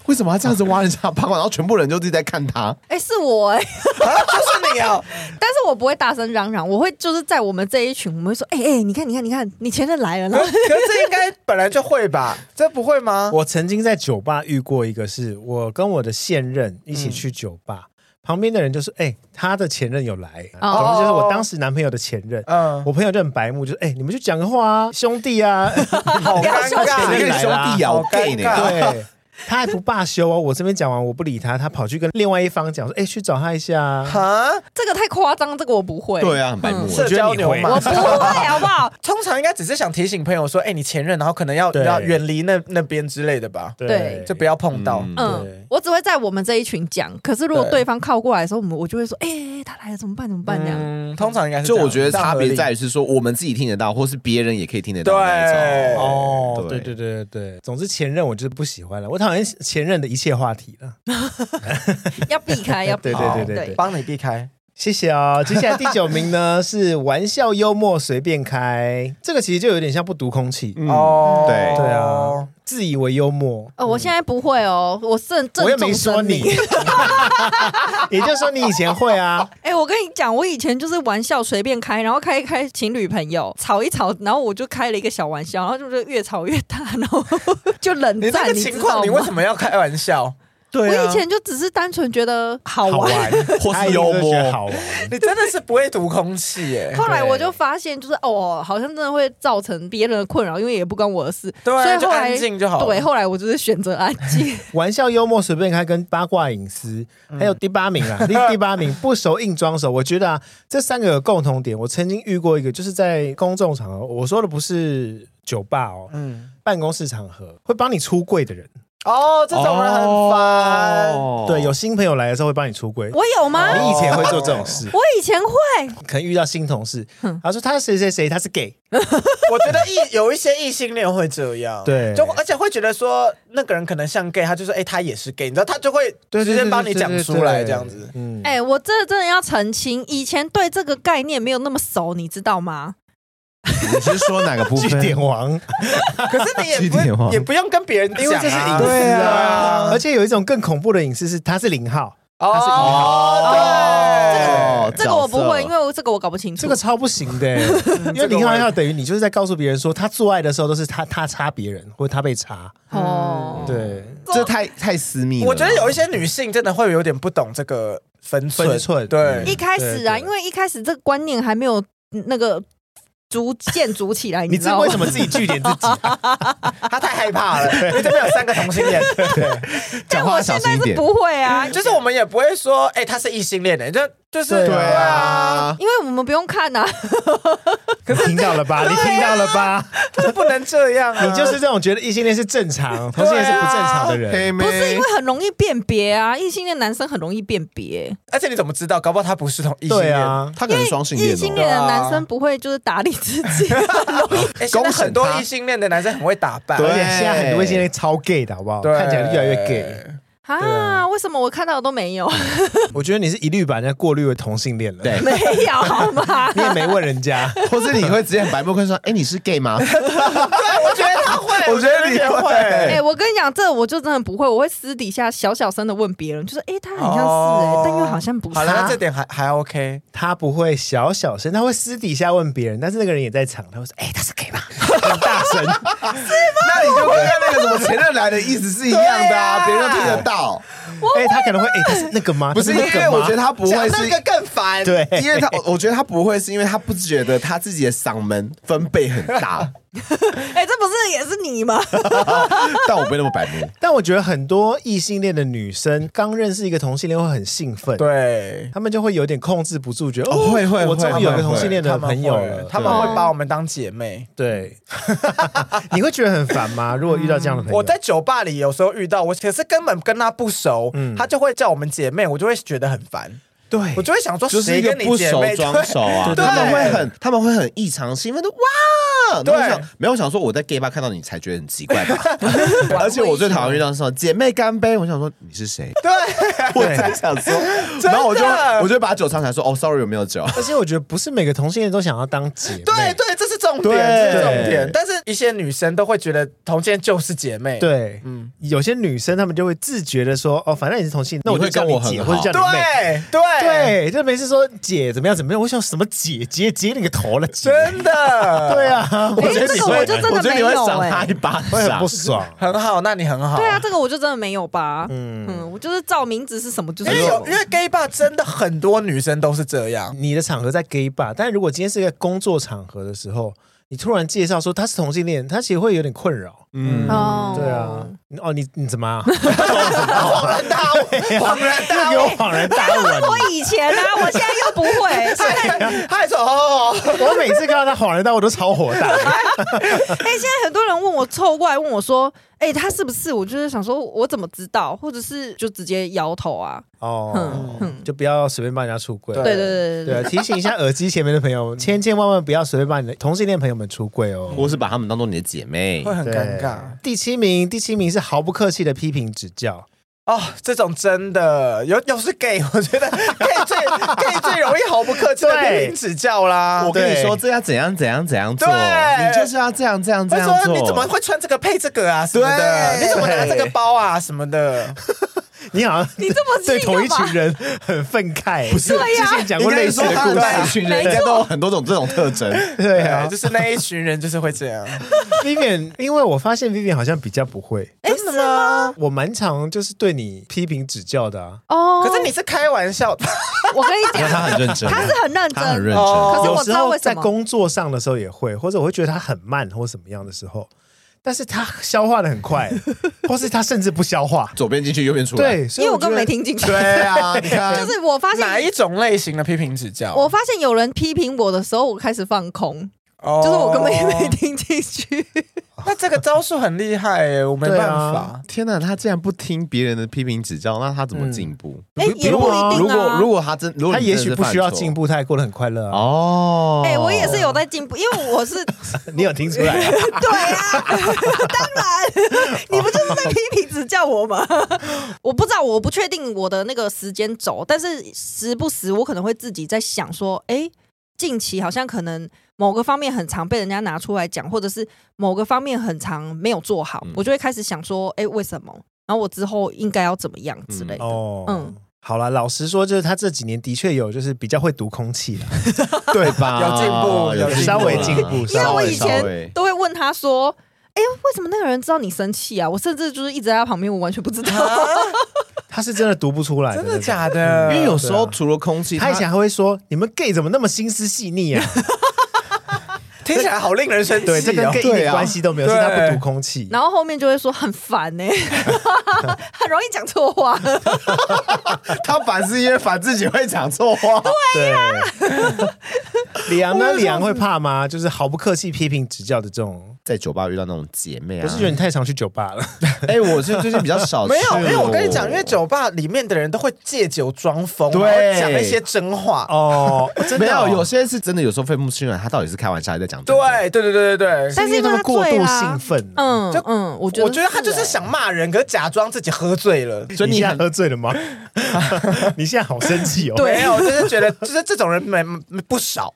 Speaker 4: 为什么要这样子挖人家八卦？然后全部人就自己在看他。
Speaker 3: 哎、是我哎、
Speaker 2: 啊，就是你哦，
Speaker 3: 但是我不会大声嚷嚷，我会就是在我们这一群，我们会说，哎、哎、你看，你看，你看，你前任来了，然
Speaker 2: 可
Speaker 3: 后
Speaker 2: 是可是这应该本来就会吧？这不会吗？
Speaker 1: 我曾经在酒吧遇过一个是，我跟我的现任一起去酒吧，旁边的人就说：“哎、他的前任有来。
Speaker 3: 哦
Speaker 1: 总之就是我当时男朋友的前任。
Speaker 2: 嗯，
Speaker 1: 我朋友就很白目，就是哎、你们就讲个话啊，兄弟啊，
Speaker 2: 好
Speaker 3: 不要
Speaker 2: 尴
Speaker 3: 休息
Speaker 2: 尬，
Speaker 1: 前任
Speaker 4: 跟
Speaker 1: 来
Speaker 4: 兄
Speaker 1: 啦
Speaker 4: 弟咬
Speaker 2: 好
Speaker 4: gay
Speaker 2: 尴
Speaker 4: 呢？
Speaker 2: 尬
Speaker 1: 对。”他还不罢休哦，我这边讲完我不理他，他跑去跟另外一方讲说：“哎、去找他一下啊。”
Speaker 2: 哈，
Speaker 3: 这个太夸张，这个我不会。
Speaker 4: 对啊，很白目
Speaker 1: 我
Speaker 3: 嗯。
Speaker 2: 社
Speaker 1: 觉得
Speaker 2: 交
Speaker 1: 你
Speaker 2: 牛
Speaker 1: 会
Speaker 2: 马
Speaker 3: 我。不会，好不好？
Speaker 2: 通常应该只是想提醒朋友说，哎，你前任，然后可能要
Speaker 1: 对
Speaker 2: 要远离那那边之类的吧，
Speaker 1: 对
Speaker 3: 对，
Speaker 2: 就不要碰到。
Speaker 4: 嗯
Speaker 1: 对
Speaker 3: 嗯，我只会在我们这一群讲。可是如果
Speaker 2: 对
Speaker 3: 对方靠过来的时候，我们我就会说，哎、哎他来了，怎么办？怎么办？这样。
Speaker 2: 嗯，通常应该是
Speaker 4: 就
Speaker 2: 这样
Speaker 4: 我觉得差别在
Speaker 2: 比
Speaker 4: 于是说，我们自己听得到，或是别人也可以听得
Speaker 2: 较
Speaker 4: 到
Speaker 2: 合理
Speaker 4: 那
Speaker 2: 对
Speaker 4: 一种。
Speaker 1: 哦，对对
Speaker 4: 对
Speaker 1: 对对对，总之前任我就是不喜欢了，我讨厌前任的一切话题了。
Speaker 3: 要避开，要避开。
Speaker 1: 对对对对
Speaker 3: 对
Speaker 2: 帮你避开。
Speaker 1: 谢谢哦。接下来第九名呢 是玩笑幽默随便开，这个其实就有点像不读空气。
Speaker 4: 嗯
Speaker 2: 哦，
Speaker 4: 对
Speaker 1: 对啊，自以为幽默，
Speaker 3: 哦，我现在不会哦，我正正
Speaker 1: 我又
Speaker 3: 中
Speaker 1: 没说
Speaker 3: 生
Speaker 1: 你
Speaker 3: 理。，
Speaker 1: 也就是说你以前会啊，
Speaker 3: 哎、我跟你讲，我以前就是玩笑随便开，然后开一开情侣朋友吵一吵，然后我就开了一个小玩笑，然后就是越吵越大，然后 就冷
Speaker 2: 你这
Speaker 3: 战，
Speaker 2: 个
Speaker 3: 你
Speaker 2: 情
Speaker 3: 知
Speaker 2: 况，
Speaker 3: 道
Speaker 2: 你为
Speaker 3: 吗？
Speaker 2: 什么要开玩笑？
Speaker 3: 我
Speaker 4: 对啊
Speaker 3: 以，前就只是单纯觉得好
Speaker 1: 好
Speaker 3: 玩，
Speaker 1: 玩，
Speaker 4: 或
Speaker 1: 他一定
Speaker 4: 是幽
Speaker 1: 会觉得
Speaker 4: 默，
Speaker 1: 好玩。
Speaker 2: 你真的是不会读空气 耶、
Speaker 3: 后来我就发现，就是哦，好像真的会造成别人的困扰，因为也不关我的事。
Speaker 2: 对
Speaker 3: 所
Speaker 2: 啊，
Speaker 3: 以
Speaker 2: 就
Speaker 3: 后来
Speaker 2: 安静就好了。
Speaker 3: 对，后来我就是选择安静。
Speaker 1: 玩笑幽默随便开跟八卦隐私，还有第八名 啦，第第八名不熟硬装熟，我觉得啊，这三个有共同点。我曾经遇过一个，就是在公众场合，我说的不是酒吧哦，
Speaker 2: 嗯，
Speaker 1: 办公室场合会帮你出柜的人，
Speaker 2: 哦，这种人很烦。
Speaker 4: 哦
Speaker 1: 对，有新朋友来的时候会帮你出柜。
Speaker 3: 我有吗？
Speaker 1: 你以前会做这种事，
Speaker 3: 我以前会，
Speaker 1: 可能遇到新同事
Speaker 3: 哼，
Speaker 1: 他说他谁谁谁他是 gay，
Speaker 2: 我觉得异有一些异性恋会这样，
Speaker 1: 对
Speaker 2: 就而且会觉得说那个人可能像 gay，他就说哎、他也是 gay，你知道他就会
Speaker 1: 对
Speaker 2: 直接帮你讲出来这样。
Speaker 1: 对对对对。
Speaker 2: 子
Speaker 1: 对嗯，
Speaker 3: 哎、我这真的要澄清，以前对这个概念没有那么熟，你知道吗？
Speaker 4: 你是说哪个部
Speaker 1: 据
Speaker 4: 分？
Speaker 1: 点王，
Speaker 2: 可是 你也
Speaker 4: 据点
Speaker 2: 不
Speaker 4: 王
Speaker 2: 也不用跟别人讲、啊，
Speaker 1: 因为这是隐私
Speaker 2: 对
Speaker 1: 啊
Speaker 2: 啊，
Speaker 1: 而且有一种更恐怖的隐私是他是零号，
Speaker 2: 哦
Speaker 1: 是一哦
Speaker 4: 哦
Speaker 2: 对，
Speaker 3: 这个我不
Speaker 4: 角色
Speaker 3: 会，因为我这个我搞不清 楚。
Speaker 1: 这个超不行 的、欸
Speaker 4: 嗯
Speaker 1: 因为零号要等于你就是在告诉别人说，他做爱的时候都是他他插别人，或者他被插。
Speaker 3: 哦，
Speaker 1: 嗯对，
Speaker 4: 这太太私密了。
Speaker 2: 我觉得有一些女性真的会有点不懂这个分寸，
Speaker 1: 分寸嗯
Speaker 2: 对，
Speaker 3: 一开始啊，
Speaker 1: 对对
Speaker 3: 因为一开始这个观念还没有嗯那个逐建筑起来，
Speaker 1: 你
Speaker 3: 知
Speaker 1: 这
Speaker 3: 道吗
Speaker 1: 为什？么自己据点自 己？
Speaker 2: 她太害怕了，因为这边有三个 同性恋，
Speaker 4: 讲
Speaker 3: 但
Speaker 4: 话
Speaker 3: 我
Speaker 4: 小
Speaker 3: 现
Speaker 4: 心
Speaker 3: 在
Speaker 4: 一
Speaker 3: 是
Speaker 4: 点。
Speaker 3: 不会啊，
Speaker 2: 就是我们也不会说哎、他是异性恋的，就就是
Speaker 1: 对
Speaker 2: 啊，
Speaker 4: 啊，
Speaker 3: 因为我们不用看啊，
Speaker 1: 可是听到了吧？你听到了 吧？
Speaker 2: 就是不能这样啊，
Speaker 1: 你就是这种觉得异性恋是正常，
Speaker 4: 啊
Speaker 1: 同性恋是不正常的人。
Speaker 4: 黑妹
Speaker 3: 不是因为很容易辨别啊，异性恋男生很容易辨别，
Speaker 2: 而且你怎么知道？搞不好他不是同异性
Speaker 1: 对
Speaker 2: 恋。
Speaker 1: 啊，
Speaker 4: 他可
Speaker 3: 因为
Speaker 4: 能双性
Speaker 3: 异
Speaker 4: 恋
Speaker 3: 性
Speaker 4: 哦。
Speaker 3: 恋的男生不会就是打理自己，
Speaker 2: 哎，现在
Speaker 4: 恭喜
Speaker 2: 很多
Speaker 4: 他
Speaker 2: 异性恋的男生很会打扮，
Speaker 1: 而
Speaker 4: 对
Speaker 1: 且现在很多异性恋超 gay 的好不好？
Speaker 2: 对
Speaker 1: 看起来越来越 gay。
Speaker 3: 啊，为什么我看到的都没有？
Speaker 1: 我觉得你是一律把人家过滤为同性恋了。
Speaker 4: 对
Speaker 3: 没有好吗？
Speaker 1: 你也没问人家，
Speaker 4: 或是你会直接很白目跟说：“哎，你是 gay 吗
Speaker 2: 我觉得他会，
Speaker 4: 我觉得你
Speaker 2: 也
Speaker 4: 会
Speaker 3: 哎、我跟你讲，这我就真的不会，我会私底下小小声的问别人，就是哎、他很像是哎、
Speaker 2: 哦
Speaker 3: 但又好像不是。
Speaker 2: 好了，那这点还还 OK。
Speaker 1: 他不会小小声，他会私底下问别人，但是那个人也在场，他会说：“哎、他是 gay 吧？”很大声，？”
Speaker 4: 那你就跟那个什么前任来的意思是一样的
Speaker 2: 对
Speaker 4: 啊，
Speaker 2: 啊
Speaker 4: 别人都听得到。
Speaker 1: 哎、他可能会：“哎、他是那个吗？”
Speaker 4: 不是
Speaker 1: 他
Speaker 4: 因
Speaker 1: 那个
Speaker 4: 为我
Speaker 1: 吗
Speaker 4: 觉得他不会
Speaker 2: 讲
Speaker 4: 是
Speaker 2: 那个更烦，
Speaker 1: 对，
Speaker 4: 因为他，我我觉得他不会是因为他不觉得他自己的嗓门分贝很大，
Speaker 3: 哎、这不是也是你吗？
Speaker 4: 但我不会那么白目。
Speaker 1: 但我觉得很多异性恋的女生刚认识一个同性恋会很兴奋，，
Speaker 2: 对，
Speaker 1: 他们就会有点控制不住，觉得
Speaker 4: 哦会会
Speaker 1: 我终于有一个
Speaker 4: 会
Speaker 1: 同性恋的
Speaker 2: 他们
Speaker 1: 朋友
Speaker 2: 会
Speaker 1: 了，，
Speaker 2: 他们会把我们当姐妹。
Speaker 1: 对， 你会觉得很烦吗？如果遇到这样的朋友，
Speaker 2: 嗯我在酒吧里有时候遇到我，可是根本跟他不熟，
Speaker 4: 嗯
Speaker 2: 他就会叫我们姐妹，我就会觉得很烦，
Speaker 1: 对，
Speaker 2: 我就会想说
Speaker 4: 就是
Speaker 2: 谁
Speaker 4: 一个
Speaker 2: 跟你
Speaker 4: 不
Speaker 2: 姐
Speaker 4: 熟
Speaker 2: 妹
Speaker 4: 装熟啊，
Speaker 1: 对
Speaker 4: 他们会很他们会很异常兴奋的哇，
Speaker 2: 对
Speaker 4: 然后我想没有我想说我在 gay 吧看到你才觉得很奇怪吧，而且我最讨厌遇到是什么姐妹干杯，我想说你是谁，
Speaker 2: 对，
Speaker 4: 我才想说，然后我就
Speaker 2: 真的
Speaker 4: 我就把酒唱起来说哦，sorry 有没有酒，
Speaker 1: 而且我觉得不是每个同性恋都想要当姐妹，
Speaker 2: 对对，这是重点，
Speaker 4: 对
Speaker 2: 这是重点。但是一些女生都会觉得同性恋就是姐妹，
Speaker 1: 对，嗯，有些女生她们就会自觉的说，哦，反正你是同性，那我就
Speaker 4: 会
Speaker 1: 叫
Speaker 4: 跟
Speaker 1: 你
Speaker 4: 我很
Speaker 1: 姐
Speaker 4: 好
Speaker 1: 或者叫你妹。
Speaker 2: 对对
Speaker 1: 对，就每次说姐怎么样怎么样，我想什么姐姐姐你个头了，姐
Speaker 2: 真的，
Speaker 1: 对啊，我觉得
Speaker 3: 哎这
Speaker 1: 你
Speaker 3: 个我
Speaker 1: 会
Speaker 3: 就真
Speaker 4: 我
Speaker 3: 的
Speaker 4: 觉得
Speaker 3: 没
Speaker 4: 你会
Speaker 3: 有
Speaker 4: 赏
Speaker 3: 哎、
Speaker 4: 他一巴
Speaker 1: 会很
Speaker 4: 掌
Speaker 1: 不，爽，
Speaker 2: 很好，那你很好。
Speaker 3: 对啊，，这个我就真的没有吧。嗯我就是照名字是什么就是
Speaker 2: 因为
Speaker 3: 什
Speaker 2: 哎有
Speaker 3: 么
Speaker 2: 因为 gay bar 真的很多女生都是这样，
Speaker 1: 你的场合在 gay bar，但如果今天是一个工作场合的时候，你突然介绍说他是同性恋，他其实会有点困扰。
Speaker 4: 嗯，
Speaker 3: 哦
Speaker 1: 对啊，，哦，你你怎么、 啊？
Speaker 2: 恍然大悟，恍然
Speaker 1: 又
Speaker 2: 大
Speaker 1: 给我
Speaker 2: 悟。
Speaker 1: 恍然大悟啊！
Speaker 3: 我以前啊，我现在又不会。
Speaker 2: 他还他还说哦，
Speaker 1: 你 我每次看到他恍然大悟，我都超火大。
Speaker 3: 哎、现在很多人问我凑过来问我说，哎、他是不是？我就是想说，我怎么知道？或者是就直接摇头啊。
Speaker 1: 哦
Speaker 3: 嗯，嗯
Speaker 1: 就不要随便帮人家出柜。
Speaker 2: 对
Speaker 3: 对对对对
Speaker 1: 对啊， 嗯提醒一下耳机前面的朋友，千千万万不要随便帮你的同性恋朋友们出柜哦。
Speaker 4: 我是把他们当做你的姐妹
Speaker 2: 会，很
Speaker 1: 对
Speaker 2: 尴尬。
Speaker 1: 第七名，第七名是毫不客气的批评指教。
Speaker 2: 哦，这种真的有有是 gay，我觉 得 gay 最 gay 最容易毫不客气的
Speaker 1: 对
Speaker 2: 批评指教啦。
Speaker 4: 我跟你
Speaker 1: 对
Speaker 4: 说，这要怎样怎样怎样做，
Speaker 2: 对
Speaker 4: 你就是要这样这样这
Speaker 2: 会
Speaker 4: 样
Speaker 2: 说
Speaker 4: 做。
Speaker 2: 你怎么会穿这个配这个啊什么的？
Speaker 4: 对
Speaker 2: 你怎么拿这个包啊什么的？
Speaker 1: 你好像
Speaker 3: 你这么气
Speaker 1: 对同一
Speaker 3: 干嘛
Speaker 1: 群人很愤慨，不是？
Speaker 3: 对呀
Speaker 1: 之前讲
Speaker 4: 应
Speaker 1: 过
Speaker 4: 该
Speaker 1: 类似
Speaker 4: 说
Speaker 1: 的
Speaker 4: 他
Speaker 1: 故
Speaker 4: 们
Speaker 1: 事
Speaker 4: 那一。群人应该都有很多种这种特征。
Speaker 1: 对啊
Speaker 2: 就是那一群人就是会这样，
Speaker 1: ，Vivian，因为我发现 Vivian 好像比较不会，
Speaker 3: 哎
Speaker 2: 真的吗？
Speaker 1: 我蛮常就是对你批评指教的啊。
Speaker 3: 哦
Speaker 2: 可是你是开玩笑的，
Speaker 3: 我跟你
Speaker 4: 因为
Speaker 3: 讲，
Speaker 4: 他很认真，
Speaker 3: 他是很认
Speaker 4: 他很认
Speaker 3: 真，
Speaker 2: 哦
Speaker 3: 可
Speaker 4: 真。
Speaker 3: 是
Speaker 1: 有
Speaker 3: 我知
Speaker 1: 时
Speaker 3: 道
Speaker 1: 候
Speaker 3: 为什
Speaker 1: 在
Speaker 3: 么。
Speaker 1: 工作上的时候也会，或者我会觉得他很慢或什么样的时候，但是他消化的很 快，或是他甚至不消化。
Speaker 4: 左边进去，右边出来。
Speaker 1: 对，所
Speaker 3: 啊因
Speaker 1: 以
Speaker 3: 为我
Speaker 1: 觉
Speaker 3: 根本
Speaker 1: 得
Speaker 3: 没听进去，
Speaker 4: 对啊，你 看，
Speaker 3: 就是我发
Speaker 2: 哪一
Speaker 3: 现，
Speaker 2: 种类型的批评指教？
Speaker 3: 我发现有人批评我的时候，我开始放空，
Speaker 2: 哦
Speaker 3: 就是我根本也没听进去。
Speaker 2: 那这个招数很厉害耶，我没
Speaker 1: 对
Speaker 2: 办
Speaker 1: 啊
Speaker 2: 法。
Speaker 4: 天哪，他竟然不听别人的批评指教，那他怎么进步？
Speaker 3: 哎，也
Speaker 1: 如
Speaker 3: 不
Speaker 1: 果
Speaker 3: 一
Speaker 4: 如
Speaker 3: 定
Speaker 4: 果
Speaker 3: 啊
Speaker 4: 如。果他真，如果
Speaker 1: 他
Speaker 4: 你
Speaker 1: 也
Speaker 4: 真
Speaker 1: 许
Speaker 4: 的是
Speaker 1: 不需要
Speaker 4: 犯错
Speaker 1: 进步，他也过得很快乐啊。
Speaker 4: 哦。
Speaker 3: 哎，我也是有在进步，因为我是
Speaker 1: 你有听出来 啊？
Speaker 3: 对啊，当然，你不就是在批评指教我吗？ 我不知道，我不确定我的那个时间轴，但是时不时我可能会自己在想说，哎、近期好像可能某个方面很常被人家拿出来讲，或者是某个方面很常没有做好，
Speaker 4: 嗯
Speaker 3: 我就会开始想说，哎、为什么？然后我之后应该要怎么样之类的。
Speaker 1: 哦，嗯
Speaker 3: 嗯。
Speaker 1: 好了，老实说，就是他这几年的确有，就是比较会读空气了，
Speaker 4: 对吧？
Speaker 2: 有进步有
Speaker 4: 有啊
Speaker 2: 进
Speaker 1: 稍微
Speaker 2: 步
Speaker 1: 进步，
Speaker 3: 啊因为
Speaker 1: 稍
Speaker 3: 我
Speaker 1: 微
Speaker 3: 以
Speaker 1: 稍微
Speaker 4: 稍微
Speaker 3: 前都会问他说。哎，为什么那个人知道你生气啊？我甚至就是一直在他旁边，我完全不知道。
Speaker 1: 他是真的读不出来
Speaker 2: 真
Speaker 1: 那
Speaker 2: 的
Speaker 1: 种
Speaker 2: 假的？
Speaker 4: 啊因为有时候除了空气，
Speaker 1: 啊他以前还会说：“你们 gay 怎么那么心思细腻啊
Speaker 2: 听起来好令 人生？”气哦。
Speaker 1: 对，这跟 gay 一
Speaker 4: 对
Speaker 1: 点
Speaker 4: 啊
Speaker 1: 关系都没有，是
Speaker 2: 对
Speaker 1: 他不读空气。
Speaker 3: 然后后面就会说很烦呢、 很容易讲错话。
Speaker 4: 他反是因为反自己会讲错话。
Speaker 1: 对，李阳
Speaker 4: 我
Speaker 1: 呢？
Speaker 4: 有时候
Speaker 1: 李阳啊会怕吗？就是毫不客气批评指教的这种。
Speaker 4: 在酒吧遇到那种姐妹啊，
Speaker 1: 我是觉得你太常去酒吧了，
Speaker 4: 哎，我是最近比较少去
Speaker 2: 没
Speaker 4: 哦，
Speaker 2: 有，因为我跟你讲，因为酒吧里面的人都会借酒装疯，
Speaker 4: 对
Speaker 2: 然后讲一些真话。
Speaker 1: 哦，真
Speaker 4: 没
Speaker 1: 的哦
Speaker 4: 有，有些是真的，有时候费穆斯人他到底是开玩笑还是在讲真的？
Speaker 2: 对对对对对对。
Speaker 3: 但是因为
Speaker 1: 因为他
Speaker 3: 他
Speaker 1: 们过
Speaker 3: 醉
Speaker 1: 度
Speaker 3: 啦
Speaker 1: 兴奋，
Speaker 3: 嗯
Speaker 2: 就
Speaker 3: 嗯，我觉得
Speaker 2: 我觉得他就是
Speaker 3: 欸
Speaker 2: 想骂人，可是假装自己喝醉了。
Speaker 4: 所以
Speaker 1: 你现
Speaker 4: 你
Speaker 1: 在
Speaker 4: 很
Speaker 1: 喝醉了吗？ 你现在好生气哦。
Speaker 3: 对
Speaker 2: 没有，就是觉得就是这种人没没不 少。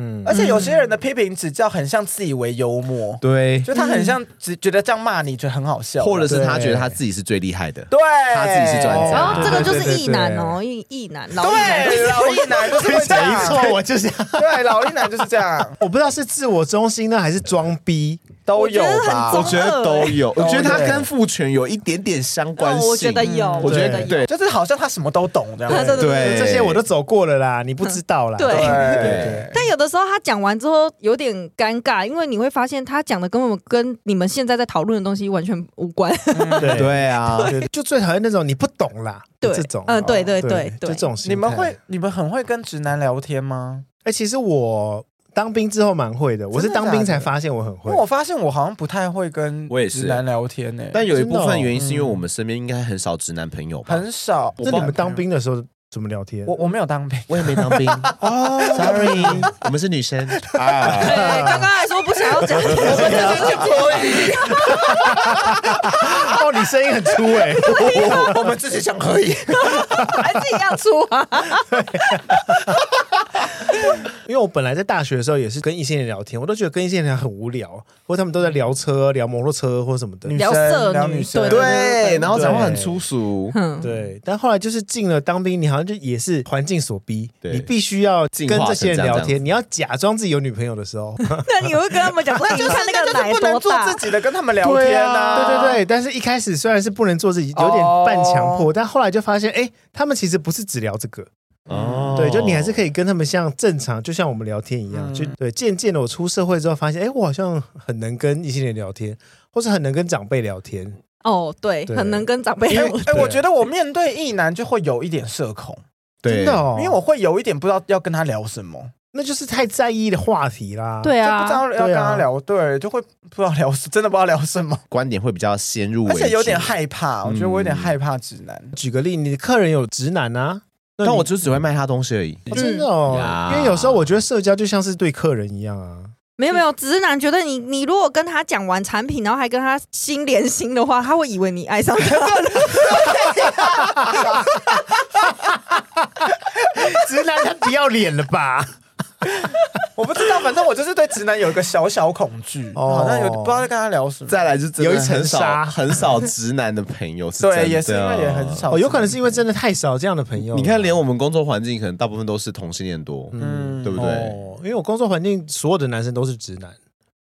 Speaker 2: 嗯，而且有些人的批评指教很像自以为幽默，
Speaker 4: 对，
Speaker 2: 就他很像只觉得这样骂你，觉得很好笑，
Speaker 4: 或者是他觉得他自己是最厉害的。
Speaker 2: 对
Speaker 4: 他自己是专家
Speaker 3: 然后这个就
Speaker 1: 对对
Speaker 3: 是
Speaker 1: 对
Speaker 3: 意男哦，意意男老意男，
Speaker 2: 对老一男就是会这
Speaker 1: 没
Speaker 2: 样，
Speaker 1: 错，我就是
Speaker 2: 对老一男就是这样，
Speaker 1: 我不知道是自我中心呢，还是装逼。
Speaker 2: 都有
Speaker 3: 我觉得
Speaker 2: 吧
Speaker 3: 很
Speaker 4: 我。觉得都有，
Speaker 2: 对
Speaker 4: 我觉得他跟父权有一点点相关
Speaker 3: 嗯
Speaker 4: 性。
Speaker 3: 我觉得有，
Speaker 1: 我
Speaker 4: 我
Speaker 1: 觉
Speaker 4: 觉
Speaker 1: 得
Speaker 4: 得
Speaker 1: 有
Speaker 4: 对
Speaker 2: 就是好像他什么都懂这
Speaker 3: 他
Speaker 2: 样，
Speaker 3: 真的
Speaker 4: 对
Speaker 1: 这些我都走过了啦，你不知道啦。
Speaker 3: 对
Speaker 2: 对，
Speaker 3: 但有的时候他讲完之后有点尴尬，因为你会发现他讲的根本跟你们现在在讨论的东西完全无关。
Speaker 1: 对对
Speaker 4: 对啊，
Speaker 1: 对，就最讨厌那种你不懂啦，
Speaker 3: 对
Speaker 1: 这种，哦
Speaker 3: 嗯对对对
Speaker 1: 就这
Speaker 3: 对
Speaker 1: 种心态
Speaker 2: 你们会，你们很会跟直男聊天吗？
Speaker 1: 哎，其实我当兵之后蛮会的，我是
Speaker 2: 真的
Speaker 1: 当兵
Speaker 2: 假
Speaker 1: 才
Speaker 2: 的
Speaker 1: 发现我很
Speaker 2: 因
Speaker 1: 会
Speaker 2: 为。我发现我好像不太会跟
Speaker 4: 我也是
Speaker 2: 直男聊天欸呢、
Speaker 4: 但有一部
Speaker 1: 真的哦
Speaker 4: 分原因是因为我们身边应该很少直男朋友吧？
Speaker 2: 很少。
Speaker 1: 那你们当兵的时候怎么聊天
Speaker 2: 我？我没有当 兵，
Speaker 4: 我也没当兵 ，sorry，我们是女生 啊。
Speaker 3: 对，刚刚还说不想要 讲，
Speaker 1: 哦，你声音很粗哎，
Speaker 2: 我们自己想可以。
Speaker 3: 还是一样粗啊。
Speaker 1: 因为我本来在大学的时候也是跟一些人聊天，我都觉得跟一些人很无聊，或者他们都在聊车、聊摩托车或什么的。
Speaker 2: 女
Speaker 3: 聊
Speaker 2: 生
Speaker 3: 色
Speaker 2: 聊
Speaker 3: 女
Speaker 2: 女生，
Speaker 3: 对
Speaker 4: 对，然后讲话很粗俗，
Speaker 3: 嗯，
Speaker 1: 对，但后来就是进了当兵，你好像就也是环境所逼，
Speaker 4: 对
Speaker 1: 你必须要
Speaker 4: 进
Speaker 1: 跟
Speaker 4: 化
Speaker 1: 这
Speaker 4: 成
Speaker 1: 些人
Speaker 4: 这
Speaker 1: 聊
Speaker 4: 样这样
Speaker 1: 天，
Speaker 4: 子
Speaker 1: 你要假装自己有女朋友的时候，
Speaker 3: 那你会跟他们讲说，哎你看那个奶
Speaker 2: 不能
Speaker 3: 多
Speaker 2: 做
Speaker 3: 大
Speaker 2: 自？己的，跟他们聊天啊呐、
Speaker 1: 对对对，但是一开始虽然是不能做自己，有点半强迫，但后来就发现，哎，他们其实不是只聊这个，
Speaker 4: 哦
Speaker 1: 对，就你还是可以跟他们像正常，就像我们聊天一样，
Speaker 2: 嗯
Speaker 1: 就对。渐渐的，我出社会之后发现，哎，我好像很能跟一些人聊天，或是很能跟长辈聊天。
Speaker 3: 哦，对，
Speaker 1: 对
Speaker 3: 很能跟长辈
Speaker 2: 因为
Speaker 3: 聊。
Speaker 2: 哎、
Speaker 1: 对
Speaker 2: 我觉得我面对异男就会有一点社恐，
Speaker 1: 真
Speaker 4: 对
Speaker 1: 的哦，
Speaker 2: 因为我会有一点不知道要跟他聊什么，
Speaker 1: 那就是太在意的话题啦。
Speaker 3: 对
Speaker 2: 就不知
Speaker 3: 啊，
Speaker 2: 道要
Speaker 1: 对
Speaker 2: 跟
Speaker 1: 啊
Speaker 2: 他聊，对，就会不知道聊，真的不知道聊什么，
Speaker 4: 观点会比较先入为
Speaker 2: 而
Speaker 4: 主，
Speaker 2: 且有点害怕，我觉得我有点
Speaker 4: 嗯
Speaker 2: 害怕直男。
Speaker 1: 举个例，你的客人有直男啊，那
Speaker 4: 但
Speaker 1: 你
Speaker 4: 我就只会卖他东西而已。
Speaker 1: 哦真的哦，
Speaker 4: 呀
Speaker 1: 因为有时候我觉得社交就像是对客人一样啊。
Speaker 3: 没有没有，直男觉得你你如果跟他讲完产品，然后还跟他心连心的话，他会以为你爱上 他了。
Speaker 1: 直男他不要脸了吧？
Speaker 2: 我不知道，反正我就是对直男有一个小小恐惧，
Speaker 1: 哦
Speaker 2: 好像有不知道在跟他聊什么。
Speaker 4: 再来就真的
Speaker 1: 有一层
Speaker 4: 很少
Speaker 1: 纱
Speaker 4: 很少直男的朋友是真的，
Speaker 2: 对，也是因为也很。少，
Speaker 1: 哦，有可能是因为真的太少这样的朋友。
Speaker 4: 你看，连我们工作环境可能大部分都是同性恋多，
Speaker 2: 嗯
Speaker 4: 对不对？
Speaker 1: 哦，因为我工作环境所有的男生都是直男，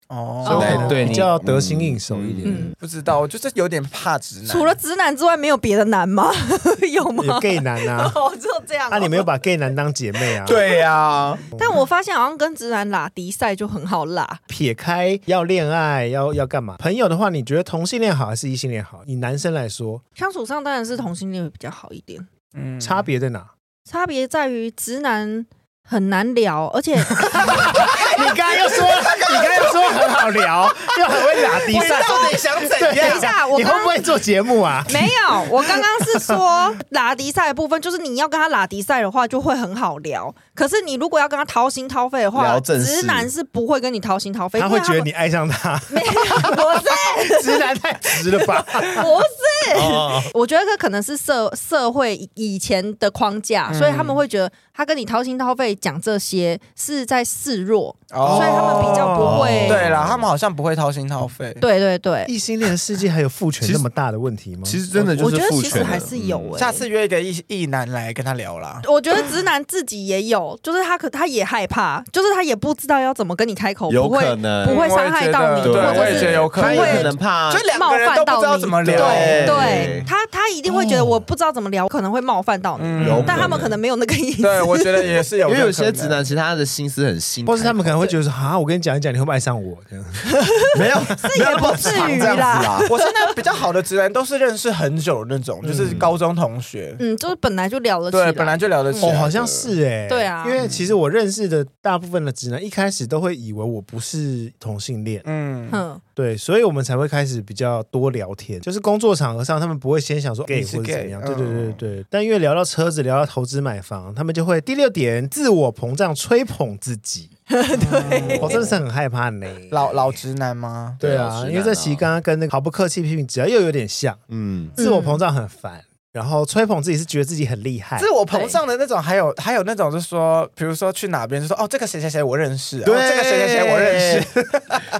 Speaker 2: 哦，
Speaker 3: 所以
Speaker 4: 对对
Speaker 1: 比
Speaker 4: 你
Speaker 1: 较得心应手一点。
Speaker 3: 嗯，
Speaker 2: 不知道，我就是有点怕直男。
Speaker 3: 除了直男之外，没有别的男吗？ 有
Speaker 1: 有
Speaker 3: 吗？
Speaker 1: gay 男啊，
Speaker 3: 哦，就这样哦。哦
Speaker 1: 那你没有把 gay 男当姐妹啊？，
Speaker 4: 对呀、
Speaker 3: 但我发现好像跟直男拉迪赛就很好拉。
Speaker 1: 撇开要恋爱要要干嘛？朋友的话，你觉得同性恋好还是异性恋好？以男生来说，
Speaker 3: 相处上当然是同性恋会比较好一点，
Speaker 2: 嗯
Speaker 1: 差别在哪？
Speaker 3: 差别在于直男很难聊，而且
Speaker 1: 你刚刚又说， 你刚刚又说很好聊，又很会打比赛，
Speaker 2: 到底想怎
Speaker 1: 对，
Speaker 3: 等一下我
Speaker 1: 你
Speaker 3: 刚
Speaker 1: 会不会做节目啊？
Speaker 3: 没有，我刚刚是说 拉迪赛的部分，就是你要跟他拉迪赛的话，就会很好聊。可是你如果要跟他掏心掏肺的话，
Speaker 4: 聊正事
Speaker 3: 直男是不会跟你掏心掏肺，
Speaker 1: 他会觉得
Speaker 3: 因为
Speaker 1: 你爱上他，
Speaker 3: 他们没有，不是
Speaker 1: 直男太直了吧？
Speaker 3: 不是，
Speaker 1: 哦，
Speaker 3: 我觉得这可能是社社会以以前的框架，
Speaker 4: 嗯
Speaker 3: 所以他们会觉得他跟你掏心掏肺讲这些是在示弱，
Speaker 2: 哦
Speaker 3: 所以他们比较不会。
Speaker 2: 对啦，他们好像不会掏心掏
Speaker 4: 嗯
Speaker 2: 肺。
Speaker 3: 对对对，
Speaker 1: 异性恋的世界还有父权
Speaker 4: 其实
Speaker 1: 那么大的问题吗？
Speaker 4: 其实真的就
Speaker 3: 我觉
Speaker 4: 是
Speaker 3: 得
Speaker 4: 父
Speaker 3: 其实
Speaker 4: 权
Speaker 3: 还
Speaker 4: 的
Speaker 3: 是有
Speaker 4: 嗯
Speaker 3: 诶、
Speaker 2: 下次约一个异异男来跟他聊啦。
Speaker 3: 我觉得直男自己也有，就是他可他也害怕，就是他也不知道要怎么跟你开口，
Speaker 4: 有
Speaker 3: 不会
Speaker 4: 可能
Speaker 3: 不会伤害到你，
Speaker 2: 对，
Speaker 3: 或
Speaker 4: 对
Speaker 2: 我也
Speaker 3: 者
Speaker 2: 觉得
Speaker 3: 是
Speaker 2: 有可
Speaker 4: 他
Speaker 2: 能，
Speaker 4: 也
Speaker 3: 不会
Speaker 4: 可能怕
Speaker 2: 就两
Speaker 3: 冒
Speaker 2: 个人
Speaker 3: 犯
Speaker 2: 都不
Speaker 3: 到你。
Speaker 2: 知道怎么聊。
Speaker 4: 对哦
Speaker 3: 对他他一定会觉得我不知道怎么聊，可能会冒犯到你，
Speaker 2: 嗯
Speaker 4: 有
Speaker 3: 但他们
Speaker 4: 可能
Speaker 3: 可能没有那个意思。
Speaker 2: 对，我觉得也是有，
Speaker 4: 因为有些直，男其实他的心思很细，
Speaker 1: 或是他们可能会觉得说，啊，我跟你讲一讲，你会不会爱上我？这样
Speaker 4: 没有，
Speaker 3: 也
Speaker 4: 没有那么
Speaker 3: 不至
Speaker 4: 长
Speaker 3: 于
Speaker 4: 这样子
Speaker 3: 啦
Speaker 4: 啦。
Speaker 2: 我现在比较好的直男都是认识很久的那种，
Speaker 1: 嗯
Speaker 2: 就是高中同学，
Speaker 3: 嗯，就是本来就聊了起来，
Speaker 2: 对，本来就聊得起
Speaker 1: 哦
Speaker 2: 来，，
Speaker 1: 好像是哎、
Speaker 3: 对啊
Speaker 1: 因为其实我认识的大部分的直男，一开始都会以为我不是同性恋，
Speaker 2: 嗯，
Speaker 3: 嗯，
Speaker 1: 对，所以我们才会开始比较多聊天。就是工作场合上，他们不会先想说 gay
Speaker 2: 是
Speaker 1: 或者怎么
Speaker 2: gay，
Speaker 1: 样，
Speaker 2: 嗯
Speaker 1: 对对对对。但因为聊到车子，聊到投资买房，他们就会第六点自我膨胀，吹捧自己。 对，我真的是很害怕呢。
Speaker 2: 老老直男吗？
Speaker 1: 对
Speaker 4: 老
Speaker 1: 啊
Speaker 4: 实，男
Speaker 1: 因为这期刚刚跟那个毫不客气批评，只要又有点像，
Speaker 4: 嗯，
Speaker 2: 哦
Speaker 1: 自我膨胀很烦，然后吹捧自己是觉得自己很厉害
Speaker 2: 自。我膨胀的那种，还有还有那种，就是说，比如说去哪边，就说哦，这个谁谁谁我认识，哦、这个谁谁谁我认识，
Speaker 4: 识，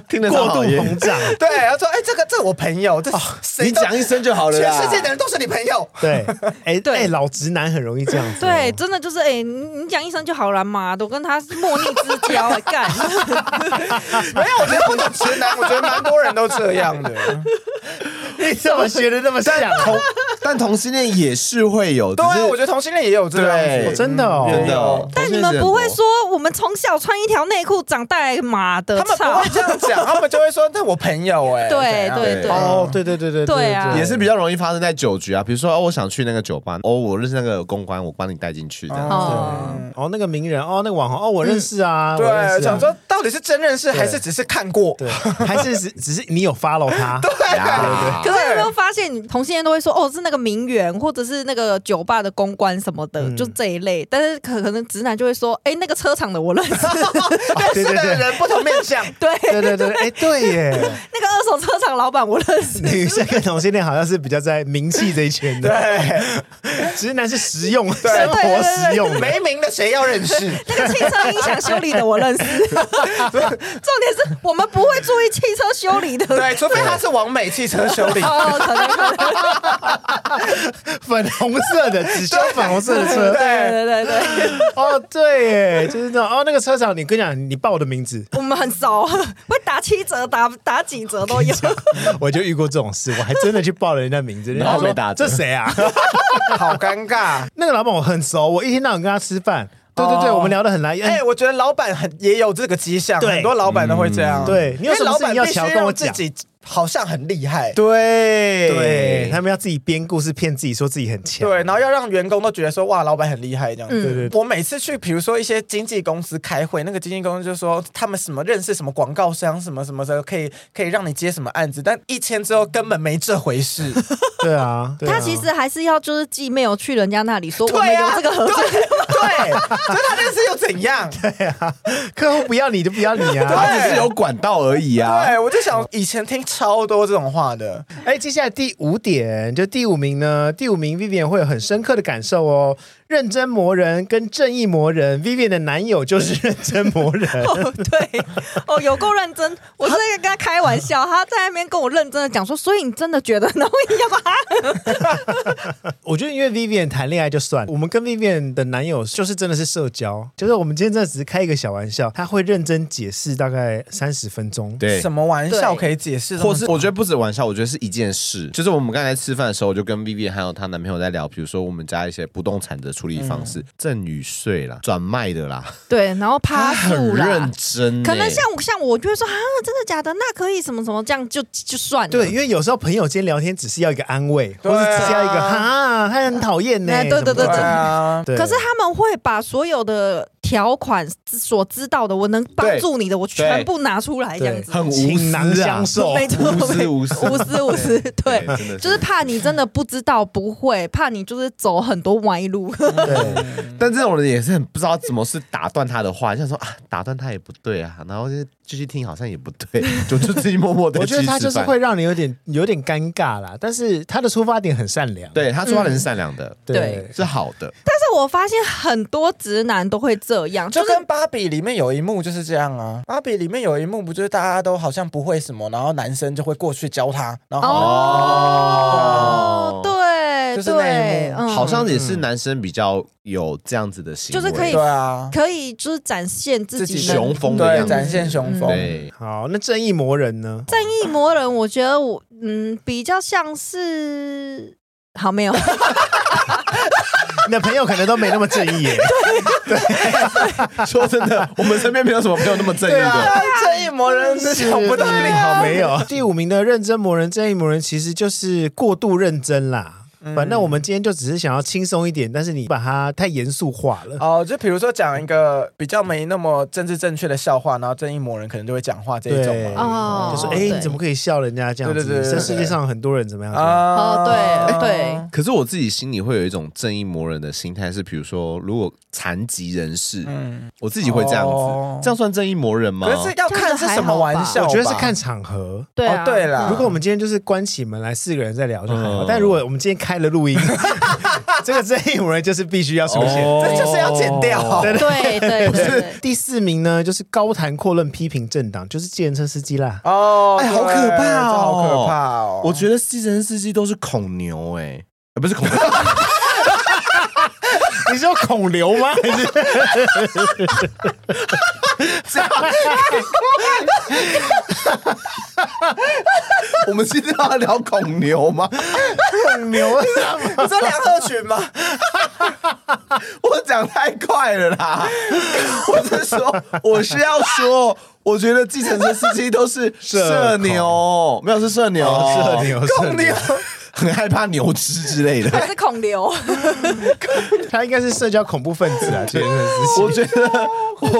Speaker 4: 听得
Speaker 1: 过
Speaker 4: 到
Speaker 1: 度
Speaker 4: 好耶
Speaker 1: 膨胀，
Speaker 2: 对，然后说哎，这个这我朋友，这谁
Speaker 4: 你
Speaker 2: 都、
Speaker 4: 讲一声就好了啦。
Speaker 2: 全世界的人都是你朋友，
Speaker 1: 对，哎
Speaker 3: 对
Speaker 1: 哎，老直男很容易这样子哦。
Speaker 3: 对，真的就是哎、你你讲一声就好了嘛，我跟他是莫逆之 交哎、干，
Speaker 2: 没有，我觉得不止直男，我觉得蛮多人都这样的，
Speaker 1: 你怎么学的那么像？哦
Speaker 4: 同，但同性恋也是会有，
Speaker 2: 对
Speaker 4: 只
Speaker 2: 啊，
Speaker 4: 是
Speaker 2: 我觉得同性恋也有这样
Speaker 4: 对
Speaker 2: 子，
Speaker 1: 哦真的哦
Speaker 4: 真的哦。
Speaker 3: 但你们不会说我们从小穿一条内裤长大来，妈的，
Speaker 2: 他们不
Speaker 3: 操
Speaker 2: 会这样讲，他们就会说那我朋友哎、
Speaker 3: 对
Speaker 2: 怎样
Speaker 3: 对对，
Speaker 1: 哦，对对对对
Speaker 3: 对啊
Speaker 4: 也是比较容易发生在酒局啊，比如说哦，我想去那个酒吧，哦，我认识那个公关，我帮你带进去这 样。
Speaker 3: 哦
Speaker 2: 嗯
Speaker 1: 哦，那个名人哦，那个网红哦，我认识啊，我认识啊
Speaker 2: 对，想说到底是真认识还是只是看过？
Speaker 1: 对，还是只只是你有 follow 他，
Speaker 4: 呀
Speaker 2: 哦
Speaker 3: 可是有没有发现，同性恋都会说哦，是那个名媛，或者是那个酒吧的公关什么的，
Speaker 1: 嗯
Speaker 3: 就这一类。但是可可能直男就会说，哎、那个车厂的我认 识，
Speaker 1: 对对
Speaker 2: 是的
Speaker 1: 对。
Speaker 2: 人不同面相，
Speaker 3: 对，
Speaker 1: 对对对，对哎，对耶，
Speaker 3: 那个二手车厂老板我认识。
Speaker 1: 女生跟同性恋好像是比较在名气这一圈的，
Speaker 2: 对，
Speaker 1: 直男是实用，生活实用的。
Speaker 2: 没名的谁要认识？
Speaker 3: 那个汽车音响修理的我 认识，重点是我们不会注意汽车修理的。
Speaker 2: 对，除非他是王美汽车修理。
Speaker 3: 哦，可能可能，
Speaker 1: 粉红色的，只修粉红色的车。
Speaker 2: 对
Speaker 3: 对对对，
Speaker 1: 哦，对耶，就是那种哦，那个车厂，你跟你讲，你报我的名字，
Speaker 3: 我们很熟，会打七折、打打几折都哦有。
Speaker 1: 我就遇过这种事，我还真的去报了人家名 字，
Speaker 4: 然
Speaker 1: 人
Speaker 4: 后
Speaker 1: 家说
Speaker 4: 被打折
Speaker 1: 这谁啊？
Speaker 2: 好尴尬。
Speaker 1: 那个老板我很熟，我一天到晚跟他吃饭。对对对，
Speaker 2: 哦
Speaker 1: 我们聊得很来。
Speaker 2: 哎，我觉得老板很也有这个迹象，
Speaker 1: 对嗯
Speaker 2: 很多老板都会这样。
Speaker 1: 对你有
Speaker 2: 因为
Speaker 1: 什么
Speaker 2: 老
Speaker 1: 事
Speaker 2: 板
Speaker 1: 情要
Speaker 2: 必须
Speaker 1: 瞧跟我
Speaker 2: 让自
Speaker 1: 讲
Speaker 2: 己好像很厉害。
Speaker 4: 对
Speaker 1: 对他们要自己编故事骗自己，说自己很强。
Speaker 2: 对，然后要让员工都觉得说哇，老板很厉害这样子。
Speaker 3: 嗯
Speaker 1: 对对
Speaker 2: 我每次去，比如说一些经纪公司开会，那个经纪公司就说他们什么认识什么广告商什么什么的，可以可以让你接什么案子，但一签之后根本没这回事。
Speaker 1: 对啊，对啊
Speaker 3: 他其实还是要就是寄 mail 去人家那里 说我们
Speaker 2: 对
Speaker 3: 有
Speaker 2: 啊，
Speaker 3: 这个合作，
Speaker 2: 对，对，所以他认识又怎 样？
Speaker 1: 客户不要你就不要你啊。
Speaker 4: 他只是有管道而已啊。
Speaker 2: 对，我就想以前听超多这种话的，
Speaker 1: 哎，接下来第五点，就第五名呢，第五名 Vivian 会有很深刻的感受哦。认真磨人跟正义磨人，Vivian 的男友就是认真磨人。
Speaker 3: 对，哦，有够认真，我是在跟他开玩笑，他在那边跟我认真的讲说，所以你真的觉得，然后你要把他，
Speaker 1: 我觉得因为 Vivian 谈恋爱就算，我们跟 Vivian 的男友就是真的是社交，就是我们今天真的只是开一个小玩笑，他会认真解释大概三十分钟。
Speaker 4: 对
Speaker 2: 什么玩笑
Speaker 3: 对
Speaker 2: 可以解释这么多？
Speaker 4: 或是我觉得不止玩笑，我觉得是一件事。就是我们刚才吃饭的时候，我就跟 Vivi 还有她男朋友在聊，比如说我们家一些不动产的处理方
Speaker 3: 嗯
Speaker 4: 式，赠与税啦、转卖 的啦，
Speaker 3: 对，然后趴
Speaker 4: 很
Speaker 3: 树啦
Speaker 4: 认。真、欸。
Speaker 3: 可能像我像我就会说啊，真的假的？那可以什么什么这样就就算了。
Speaker 1: 对，因为有时候朋友间聊天只是要一个安慰，
Speaker 2: 对
Speaker 1: 或
Speaker 2: 啊
Speaker 1: 是只是要一个哈，他很讨厌呢。
Speaker 3: 哎对对
Speaker 1: 什么
Speaker 2: 对
Speaker 1: 的
Speaker 2: 啊，
Speaker 1: 对
Speaker 3: 可是他们会把所有的条款所知道的，我能帮助你的，我全部拿出来，这样子。
Speaker 4: 很无
Speaker 1: 倾
Speaker 4: 私
Speaker 1: 囊
Speaker 4: 啊
Speaker 1: 相，授，
Speaker 3: 没错，
Speaker 4: 无私无私
Speaker 3: 无私无私，对，
Speaker 4: 真的
Speaker 3: 就是怕你真的不知道不会，怕你就是走很多歪路。
Speaker 1: 对，
Speaker 4: 但这种人也是很不知道怎么是打断他的话，像说啊，打断他也不对啊，然后就继续听好像也不 对，就就自己默默的。
Speaker 1: 我觉得他就是会让你有点有点尴尬啦，但是他的出发点很善良。
Speaker 4: 对他
Speaker 3: 嗯
Speaker 4: 说话的人是善良的，
Speaker 1: 对
Speaker 3: 对，
Speaker 4: 是好的，
Speaker 3: 但是我发现很多直男都会这样，就
Speaker 2: 就是跟芭比里面有一幕就是这样啊，芭比里面有一幕不就是大家都好像不会什么，然后男生就会过去教他，然后、
Speaker 3: 哦，对
Speaker 2: 就是那一
Speaker 3: 对，
Speaker 2: 幕
Speaker 3: 嗯，
Speaker 4: 好像也是男生比较有这样子的行为，
Speaker 3: 就是可以
Speaker 2: 对啊，
Speaker 3: 可以就是展现自己
Speaker 2: 自己
Speaker 3: 的
Speaker 4: 雄风的样
Speaker 2: 对，
Speaker 4: 子，
Speaker 2: 展现雄风。
Speaker 4: 对。
Speaker 1: 好，那正义魔人呢？
Speaker 3: 正义魔人，我觉得我嗯比较像是。好，没有，
Speaker 1: 你的朋友可能都没那么正义耶。
Speaker 4: 说真的，我们身边没有什么朋友那么正义
Speaker 2: 对
Speaker 4: 的。
Speaker 2: 啊，正义魔人是想不到你
Speaker 1: 好没有。啊第五名的认真魔人、正义魔人，其实就是过度认真啦。
Speaker 2: 嗯
Speaker 1: 反正我们今天就只是想要轻松一点，但是你把它太严肃化了。
Speaker 2: 哦，就比如说讲一个比较没那么政治正确的笑话，然后正义魔人可能就会讲话这一种
Speaker 1: 对
Speaker 2: 嘛。
Speaker 3: 哦
Speaker 1: 就说：“哎、
Speaker 3: 对
Speaker 1: 你怎么可以笑人家这样子？
Speaker 2: 对对对对
Speaker 1: 这
Speaker 2: 对
Speaker 1: 世界上很多人怎么样？”
Speaker 2: 啊
Speaker 3: 哦对对，
Speaker 4: 可是我自己心里会有一种正义魔人的心态，是比如说，如果残疾人士，
Speaker 2: 嗯，
Speaker 4: 我自己会这样
Speaker 2: 哦
Speaker 4: 子，这样算正义魔人吗？
Speaker 2: 可是要看是什么玩笑吧，
Speaker 1: 我觉得是看场合。
Speaker 3: 对
Speaker 2: 哦
Speaker 3: 啊，
Speaker 2: 对啦
Speaker 1: 如果我们今天就是关起门来四个人在聊就还好，
Speaker 4: 嗯
Speaker 1: 但如果我们今天开了录 音，这个正义魔人就是必须要出现。
Speaker 4: 哦
Speaker 2: 这就是要剪掉
Speaker 1: 对
Speaker 3: 对对对对，
Speaker 1: 第四名呢，就是高谈阔论批评政党，就是计程车司机 啦。
Speaker 2: 哦，
Speaker 4: 哎
Speaker 2: 对
Speaker 4: 好可怕
Speaker 2: 这好
Speaker 4: 哦
Speaker 2: 可怕哦！
Speaker 4: 我觉得计程司机都是恐牛哎、欸呃不是 恐牛，
Speaker 1: 你是要孔刘 吗？还是
Speaker 4: 我们今天要聊恐牛吗？
Speaker 1: 孔刘？
Speaker 2: 你说梁鹤群吗？
Speaker 4: 我讲太快了啦！ 我是说，我是要说，我觉得计程车司机都 是社牛，没有是社牛，
Speaker 1: 社哦牛，
Speaker 2: 公哦牛，
Speaker 4: 很害怕牛只之类的。
Speaker 3: 还是孔刘，
Speaker 1: 他应该是社交恐怖分子啊！计程车司机
Speaker 4: 我觉得，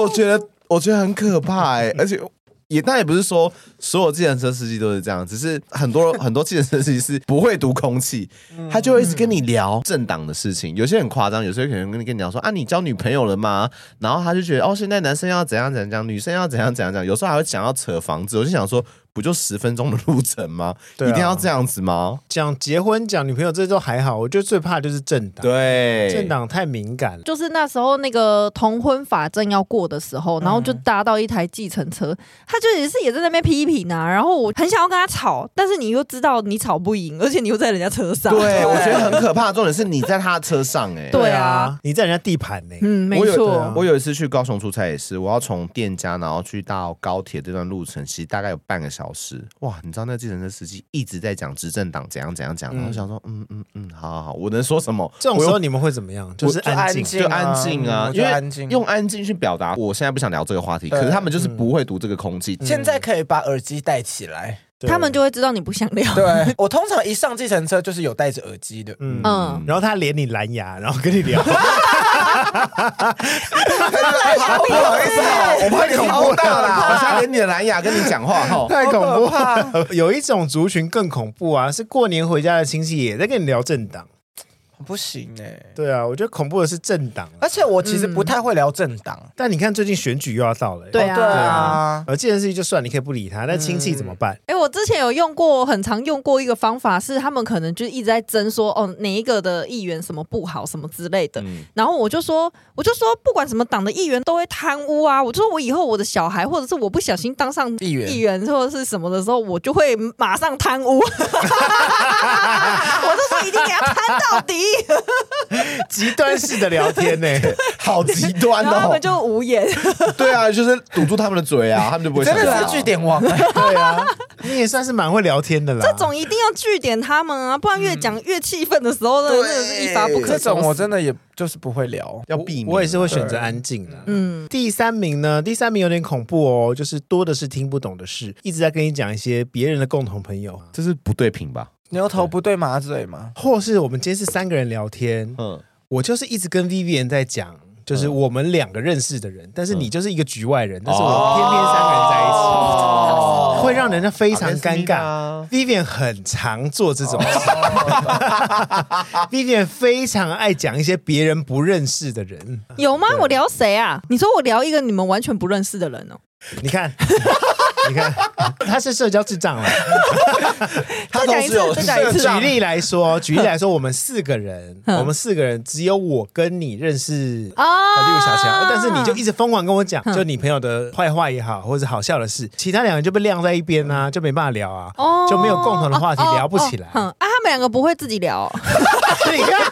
Speaker 4: 我觉得，我觉得很可怕哎、而且。也但也不是说所有计程车司机都是这样，只是很多 很多计程车司机是不会读空气，他就会一直跟你聊政党的事情，有些很夸张，有些可能跟你跟你聊说啊你交女朋友了吗？然后他就觉得哦现在男生要怎样怎样怎样，女生要怎样怎样怎样，有时候还会想要扯房子，我就想说不就十分钟的路程吗？
Speaker 1: 对啊
Speaker 4: 一定要这样子吗？
Speaker 1: 讲结婚、讲女朋友这都还好，我觉得最怕就是政党，
Speaker 4: 对，
Speaker 1: 政党太敏感了。
Speaker 3: 就是那时候那个同婚法正要过的时
Speaker 4: 嗯
Speaker 3: 候，然后就搭到一台计程车，他就也是也在那边批评啊，然后我很想要跟他吵，但是你又知道你吵不赢，而且你又在人家车上，
Speaker 4: 对，我觉得很可怕。重点是你在他的车上哎、
Speaker 3: 对啊，
Speaker 1: 你在人家地盘呢，
Speaker 3: 嗯，没
Speaker 4: 我有啊
Speaker 3: 错，
Speaker 4: 我有一次去高雄出差也是，我要从店家然后去到高铁这段路程，其实大概有半个小时。哇，你知道那计程车司机一直在讲执政党怎样怎样怎样，然后想说嗯嗯嗯，好好好，我能说什么？
Speaker 1: 这种
Speaker 4: 我
Speaker 1: 时
Speaker 4: 又
Speaker 1: 候你们会怎么样？就是
Speaker 2: 就安
Speaker 1: 安静。
Speaker 2: 静
Speaker 4: 就安静啊，
Speaker 2: 嗯
Speaker 4: 因
Speaker 2: 就
Speaker 4: 为
Speaker 2: 安静
Speaker 4: 用安静去表达，我现在不想聊这个话题，
Speaker 2: 对嗯
Speaker 4: 可是他们就是不会读这个空气。
Speaker 2: 现在可以把耳机戴起来，
Speaker 1: 对
Speaker 3: 他们就会知道你不想聊。
Speaker 2: 对我通常一上计程车就是有戴着耳机的，
Speaker 1: 嗯
Speaker 3: 嗯，
Speaker 1: 然后他连你蓝牙，然后跟你聊，
Speaker 4: 好不好意思啊，我怕你恐怖到啦，啊我现在连你的蓝牙跟你讲话 哈。
Speaker 1: 太恐
Speaker 2: 好可
Speaker 1: 怖
Speaker 2: 怕
Speaker 1: 了。有一种族群更恐怖啊，是过年回家的亲戚也在跟你聊政党。
Speaker 2: 不行哎、
Speaker 1: 对啊，我觉得恐怖的是政党啊、
Speaker 2: 而且我其实不太会聊政党，
Speaker 1: 但你看最近选举又要到了、欸，
Speaker 3: 对
Speaker 2: 哦
Speaker 3: 啊
Speaker 2: 对啊，
Speaker 1: 呃，这件事情就算你可以不理他，但亲戚怎么办？
Speaker 3: 哎、我之前有用过，很常用过一个方法，是他们可能就一直在争说，哦，哪一个的议员什么不好，什么之类的。
Speaker 4: 嗯
Speaker 3: 然后我就说，我就说，不管什么党的议员都会贪污啊。我就说我以后我的小孩，或者是我不小心当上
Speaker 2: 议员
Speaker 3: 议员或者是什么的时候，我就会马上贪污。 我就说一定给他贪到 底，
Speaker 1: 极端式的聊天呢、
Speaker 4: 好极端
Speaker 3: 然后他
Speaker 4: 哦
Speaker 3: 们！就无言。
Speaker 4: 对啊，就是堵住他们的嘴啊，他们就不会
Speaker 2: 真
Speaker 4: 想
Speaker 2: 的
Speaker 4: 聊
Speaker 2: 是据点王、欸。
Speaker 1: 对啊，你也算是蛮会聊天的啦。
Speaker 3: 这种一定要据点他们啊，不然越讲越气愤的时候，真的真的是一发不可
Speaker 2: 嗯这
Speaker 3: 收拾。
Speaker 2: 种我真的也就是不会聊，
Speaker 4: 要避免。
Speaker 1: 我也是会选择安静的。
Speaker 3: 嗯，
Speaker 1: 第三名呢？第三名有点恐怖哦，就是多的是听不懂的事，一直在跟你讲一些别人的共同朋友，
Speaker 4: 这是不对频吧？
Speaker 2: 牛头不对马嘴 嘛。
Speaker 1: 或是我们今天是三个人聊天，
Speaker 4: 嗯，
Speaker 1: 我就是一直跟 Vivian 在讲，就是我们两个认识的人，但是你就是一个局外人，但是我们偏偏三个人在一起，
Speaker 4: 哦
Speaker 1: 会让人家非常尴尬。
Speaker 4: 尬。
Speaker 1: Vivian 很常做这种事 ，Vivian 非常爱讲一些别人不认识的人。
Speaker 3: 有吗？我聊谁啊？你说我聊一个你们完全不认识的人哦、
Speaker 1: 你看， 你看，他是社交智障了。
Speaker 4: 他
Speaker 3: 再
Speaker 4: 同
Speaker 3: 讲一
Speaker 4: 时有
Speaker 3: 次，再讲一次。
Speaker 1: 举例来说，举例来说，我们四个人，
Speaker 3: 嗯
Speaker 1: 我们四个人只有我跟你认识。
Speaker 3: 啊
Speaker 1: 例如小乔，但是你就一直疯狂跟我讲，
Speaker 3: 嗯
Speaker 1: 就你朋友的坏话也好，或者好笑的事，其他两人就被晾在一边啊，就没办法聊啊，
Speaker 3: 嗯哦
Speaker 1: 就没有共同的话题，
Speaker 3: 哦哦
Speaker 1: 聊不起来
Speaker 3: 哦。嗯啊，他们两个不会自己 聊哦、
Speaker 1: 你看，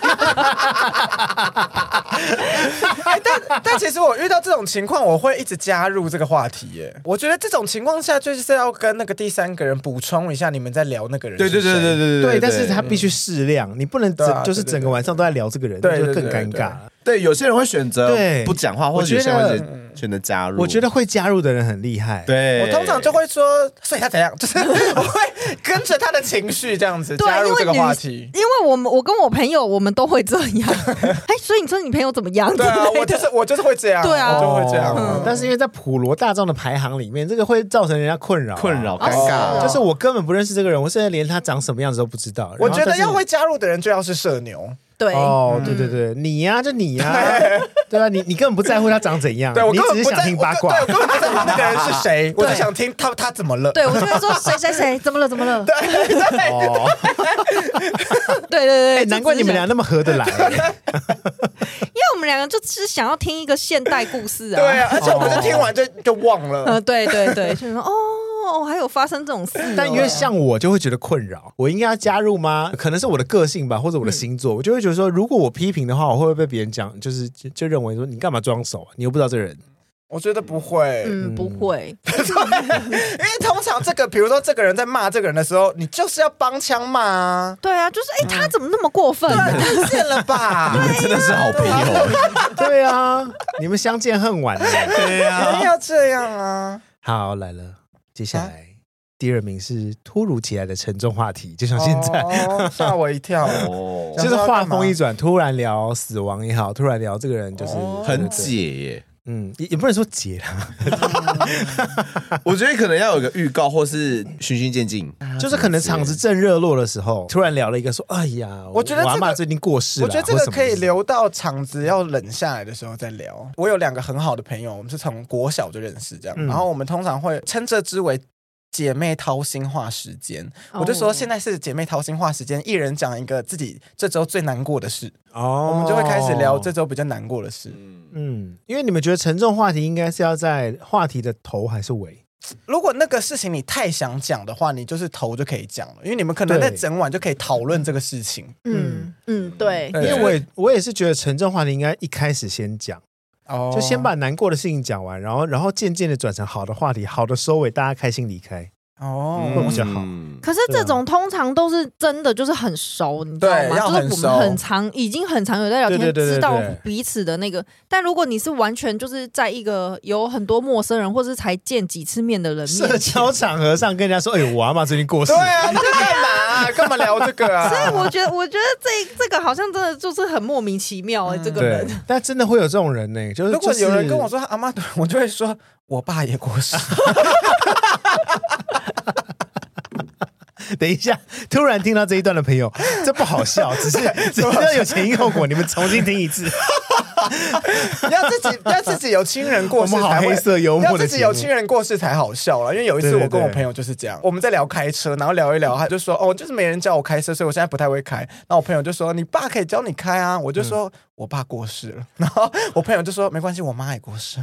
Speaker 2: 但其实我遇到这种情况，我会一直加入这个话题耶。我觉得这种情况下，就是要跟那个第三个人补充一下你们在聊那个人。
Speaker 4: 对对对对。对
Speaker 1: 对，但是他必须适量，你不能
Speaker 2: 对啊
Speaker 1: 整就是
Speaker 2: 对对
Speaker 1: 整个晚上都在聊这个人，
Speaker 2: 对
Speaker 1: 那就
Speaker 2: 对
Speaker 1: 更
Speaker 2: 对
Speaker 1: 尴
Speaker 2: 对
Speaker 1: 尬了。
Speaker 4: 对有些人会选择
Speaker 1: 对
Speaker 4: 不讲话，或者有些人会选选择加入。
Speaker 1: 我觉得会加入的人很厉害，，
Speaker 4: 对，
Speaker 2: 我通常就会说，所以他怎样，就是我会跟着他的情绪这样子
Speaker 3: 对啊
Speaker 2: 加入这个
Speaker 3: 因为女
Speaker 2: 话题。
Speaker 3: 因为我们我跟我朋友，我们都会这 样。哎，所以你说你朋友怎么 样？
Speaker 2: 对啊，我就是我就是会这样，
Speaker 3: 对啊
Speaker 2: 我就会这样。
Speaker 3: 嗯
Speaker 1: 但是因为在普罗大众的排行里面，这个会造成人家困扰啊，
Speaker 4: 困扰、
Speaker 3: 哦
Speaker 4: 尴
Speaker 2: 是
Speaker 4: 尬，
Speaker 1: 就是我根本不认识这个人，我甚至连他长什么样子都不知道。
Speaker 2: 我
Speaker 1: 然后
Speaker 2: 觉得
Speaker 1: 但是
Speaker 2: 要会加入的人就要是社牛，
Speaker 3: 对，
Speaker 1: 哦，
Speaker 2: 嗯
Speaker 1: 对对对，你呀、就你呀、 对吧、啊？你你根本不在乎他长怎样，
Speaker 2: 对我
Speaker 1: 你
Speaker 2: 根
Speaker 1: 只
Speaker 2: 本
Speaker 1: 是
Speaker 2: 不
Speaker 1: 想
Speaker 2: 在，
Speaker 1: 听八卦
Speaker 2: 我。根对我根本不在乎那个人 是谁，我就想听他他怎么了。
Speaker 3: 对我就会说谁谁谁怎么了怎么了？对
Speaker 1: 哦，
Speaker 3: 对对
Speaker 1: 哎，
Speaker 3: 对，
Speaker 1: 难怪你们俩
Speaker 3: 就只是
Speaker 1: 那么合得 来。
Speaker 3: 想，因为我们两个就只是想要听一个现代故事啊。
Speaker 2: 对啊，而且我们就听
Speaker 1: 哦
Speaker 2: 完就就忘了。
Speaker 3: 呃，对对对，就是说哦，还有发生这种事哦，
Speaker 1: 但因为像我就会觉得困扰，我应该要加入吗？可能是我的个性吧，或者我的星座，我就会觉得说，如果我批评的话，我会不会被别人讲，就是就就认为说你干嘛装熟啊？你又不知道这 人。
Speaker 2: 我觉得不会，
Speaker 3: 嗯不会，
Speaker 2: 因为通常这个，比如说这个人在骂这个人的时候，你就是要帮腔骂啊，
Speaker 3: 对啊，就是哎，他怎么那么过分？
Speaker 2: 看见了吧
Speaker 4: 你？ 们真的是好朋友。
Speaker 1: 对啊，你们相见恨晚了。
Speaker 2: 一
Speaker 4: 对
Speaker 2: 定
Speaker 4: 呀，
Speaker 2: 要这样啊！
Speaker 1: 好，来了，接下来、第二名是突如其来的沉重话题，就像现在。
Speaker 2: 哦吓我一跳，
Speaker 4: 哦
Speaker 1: 就是话锋一转，突然聊死亡也好，突然聊这个人就是
Speaker 2: 哦
Speaker 4: 很，解耶。
Speaker 1: 嗯，也也不能说解啦，
Speaker 4: 我觉得可能要有个预告，或是循序渐进，
Speaker 2: 啊
Speaker 1: 就是可能场子正热络的时候，突然聊了一个说，哎呀，
Speaker 2: 我觉得这个
Speaker 1: 阿嬷最近过世了，
Speaker 2: 我觉得这
Speaker 1: 或
Speaker 2: 个
Speaker 1: 什么
Speaker 2: 可以
Speaker 1: 之类的。
Speaker 2: 留到场子要冷下来的时候再聊。我有两个很好的朋友，我们是从国小就认识这样，
Speaker 1: 嗯
Speaker 2: 然后我们通常会称这之为。姐妹掏心话时间，
Speaker 3: 哦
Speaker 2: 我就说现在是姐妹掏心话时间，一人讲一个自己这周最难过的事，
Speaker 1: 哦
Speaker 2: 我们就会开始聊这，周比较难过的事。
Speaker 1: 嗯，因为你们觉得沉重话题应该是要在话题的头还是尾？
Speaker 2: 如果那个事情你太想讲的话，你就是头就可以讲了，因为你们可能在
Speaker 1: 对
Speaker 2: 整晚就可以讨论这个事情。
Speaker 3: 嗯嗯对，
Speaker 1: 因
Speaker 2: 对
Speaker 1: 为我也我也是觉得沉重话题应该一开始先讲，
Speaker 2: 哦
Speaker 1: 就先把难过的事情讲完，然后然后渐渐的转成好的话题，好的收尾，大家开心离开。
Speaker 2: 哦
Speaker 1: 会比较好
Speaker 4: 嗯
Speaker 3: 可是这种通常都是真的，就是很熟，你知道
Speaker 2: 对
Speaker 3: 吗？
Speaker 2: 要
Speaker 3: 就是
Speaker 2: 很
Speaker 3: 我
Speaker 2: 熟
Speaker 3: 们很常已经很常有在聊天，
Speaker 1: 对对对对
Speaker 3: 知道
Speaker 1: 对
Speaker 3: 彼此的那个。但如果你是完全就是在一个有很多陌生人，或是才见几次面的人
Speaker 1: 社
Speaker 3: 面前，
Speaker 1: 交场合上跟人家说：“哎、呦，我阿妈最近过世
Speaker 2: 对。啊，你在干嘛啊？干嘛聊这个啊？
Speaker 3: 所以我觉得，我觉得这这个好像真的就是很莫名其妙哎、
Speaker 2: 嗯
Speaker 3: 这”个
Speaker 1: 对
Speaker 3: 人。，
Speaker 1: 但真的会有这种人呢、就是
Speaker 2: 如果有人跟我
Speaker 1: 说，
Speaker 2: 说他阿妈，我就会说我爸也过世。
Speaker 1: 等一下，突然听到这一段的 朋友，这不好笑，只是只是有前因后果，你们重新听一次。
Speaker 2: 要自己要自己有亲人过世
Speaker 1: 我们好
Speaker 2: 才会
Speaker 1: 黑色幽默的
Speaker 2: 要自己有亲人过世才好笑了。因为有一次
Speaker 1: 对对
Speaker 2: 我跟我
Speaker 1: 对
Speaker 2: 朋友就是这样，我们在聊开车，然后聊一聊，他就说哦，就是没人教我开车，所以我现在不太会开。然后我朋友就说你爸可以教你开啊，我就说、我爸过世了，然后我朋友就说没关系，我妈也过世。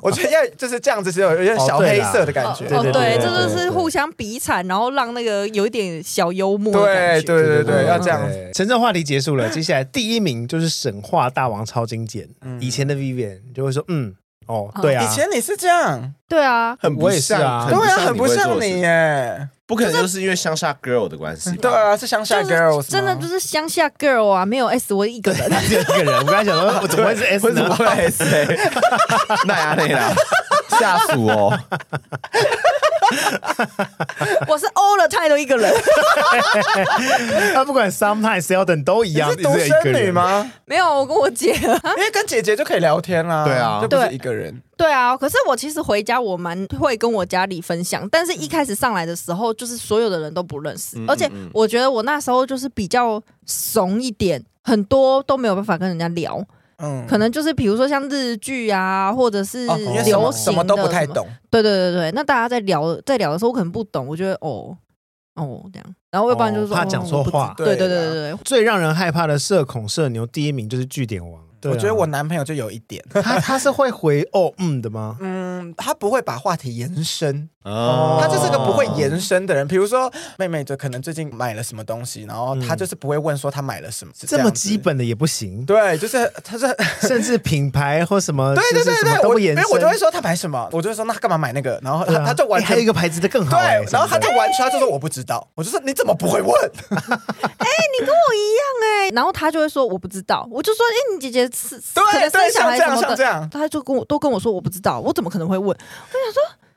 Speaker 2: 我觉得要就是这样子，只有有点小
Speaker 1: 哦对
Speaker 2: 黑
Speaker 1: 啦
Speaker 2: 色的感觉。
Speaker 1: 对
Speaker 3: 哦，
Speaker 1: 对
Speaker 3: 对，
Speaker 1: 对
Speaker 3: 这
Speaker 1: 对
Speaker 3: 就
Speaker 1: 对
Speaker 3: 是互相比惨，然后让那个有一点小幽默的感
Speaker 2: 对
Speaker 3: 觉。
Speaker 2: 对对对，
Speaker 3: 嗯
Speaker 2: 要这样子。
Speaker 1: 对城镇话题结束了，接下来第一名就是神话大王超精简，以前的 Vivian 你就会说：“嗯，哦，对啊。
Speaker 2: 嗯以 前你是这样，
Speaker 3: 对啊，
Speaker 4: 很不
Speaker 1: 我也是啊
Speaker 4: 像，
Speaker 2: 对啊，很
Speaker 4: 不
Speaker 2: 不
Speaker 4: 像你
Speaker 2: 像
Speaker 4: 会做的事
Speaker 2: 你耶。
Speaker 4: 不可能就是因为乡下 girl 的关系吧，
Speaker 2: 对 啊，是乡下
Speaker 3: 就是
Speaker 2: girls，吗
Speaker 3: 真的就是乡下 girl 啊，没有 S 我一个 人。
Speaker 1: 只有一个人，我刚才想说，我怎么会是 S
Speaker 4: 为什
Speaker 1: 呢
Speaker 4: 么？会 S A？那呀那呀，下属哦，
Speaker 3: 我是欧了太多一个人，
Speaker 1: 他不管 sometimes seldom 都一
Speaker 2: 你
Speaker 1: 样，
Speaker 2: 是独
Speaker 1: 只有一个
Speaker 2: 生
Speaker 1: 人啊
Speaker 2: 女？吗？
Speaker 3: 没有我跟我姐。
Speaker 2: 因为跟姐姐就可以聊天啦，
Speaker 4: 对啊
Speaker 2: 就不是
Speaker 3: 对
Speaker 2: 一个人。
Speaker 3: 对啊，可是我其实回家我蛮会跟我家里分享，但是一开始上来的时候，就是所有的人都不认识，
Speaker 4: 嗯
Speaker 3: 而且
Speaker 4: 嗯嗯
Speaker 3: 我觉得我那时候就是比较怂一点，很多都没有办法跟人家聊，
Speaker 2: 嗯，
Speaker 3: 可能就是比如说像日剧啊，或者是
Speaker 2: 哦因为什
Speaker 3: 流
Speaker 2: 么
Speaker 3: 行
Speaker 2: 什
Speaker 3: 的
Speaker 2: 么都不太
Speaker 3: 什么
Speaker 2: 懂，
Speaker 3: 对对对对，那大家在聊在聊的时候，我可能不懂，我觉得哦哦这样，然后要不然就是说、
Speaker 1: 哦怕
Speaker 3: 哦
Speaker 1: 讲错
Speaker 3: 我不知
Speaker 1: 话
Speaker 3: 对对对
Speaker 2: 对啦
Speaker 3: 对对，
Speaker 1: 最让人害怕的社恐社牛第一名就是据点王。对啊
Speaker 2: 我觉得我男朋友就有一点，
Speaker 1: 他他是会回哦嗯的 吗？
Speaker 2: 嗯，他不会把话题延伸，
Speaker 1: 哦
Speaker 2: 他就是个不会延伸的人。比如说妹妹就可能最近买了什么东西，然后他就是不会问说她买了什么，是
Speaker 1: 嗯这
Speaker 2: 样
Speaker 1: 么
Speaker 2: 子
Speaker 1: 基。本的也不行，
Speaker 2: 对，就是 他是，
Speaker 1: 甚至品牌或什么，
Speaker 2: 对对
Speaker 1: 就是
Speaker 2: 对
Speaker 1: 什么
Speaker 2: 对，
Speaker 1: 都
Speaker 2: 我
Speaker 1: 不
Speaker 2: 因
Speaker 1: 延
Speaker 2: 为
Speaker 1: 伸。
Speaker 2: 我就会说他买什么，我就会说那他干嘛买那个，然后
Speaker 1: 对啊，
Speaker 2: 他他就完
Speaker 1: 哎还有一个
Speaker 2: 全
Speaker 1: 牌子的更好哎
Speaker 2: 对，，然后他
Speaker 1: 什
Speaker 2: 就
Speaker 1: 么的
Speaker 2: 完全他就说我不知道，我就说你怎么不会问？
Speaker 3: 对欸然后他就会说我不知道，我就说哎、你姐姐是可
Speaker 2: 对
Speaker 3: 能
Speaker 2: 对，
Speaker 3: 生小
Speaker 2: 像
Speaker 3: 孩
Speaker 2: 这
Speaker 3: 什
Speaker 2: 样
Speaker 3: 么
Speaker 2: 像这
Speaker 3: 的。
Speaker 2: 样，
Speaker 3: 他就跟我都跟我说我不知道，我怎么可能会问？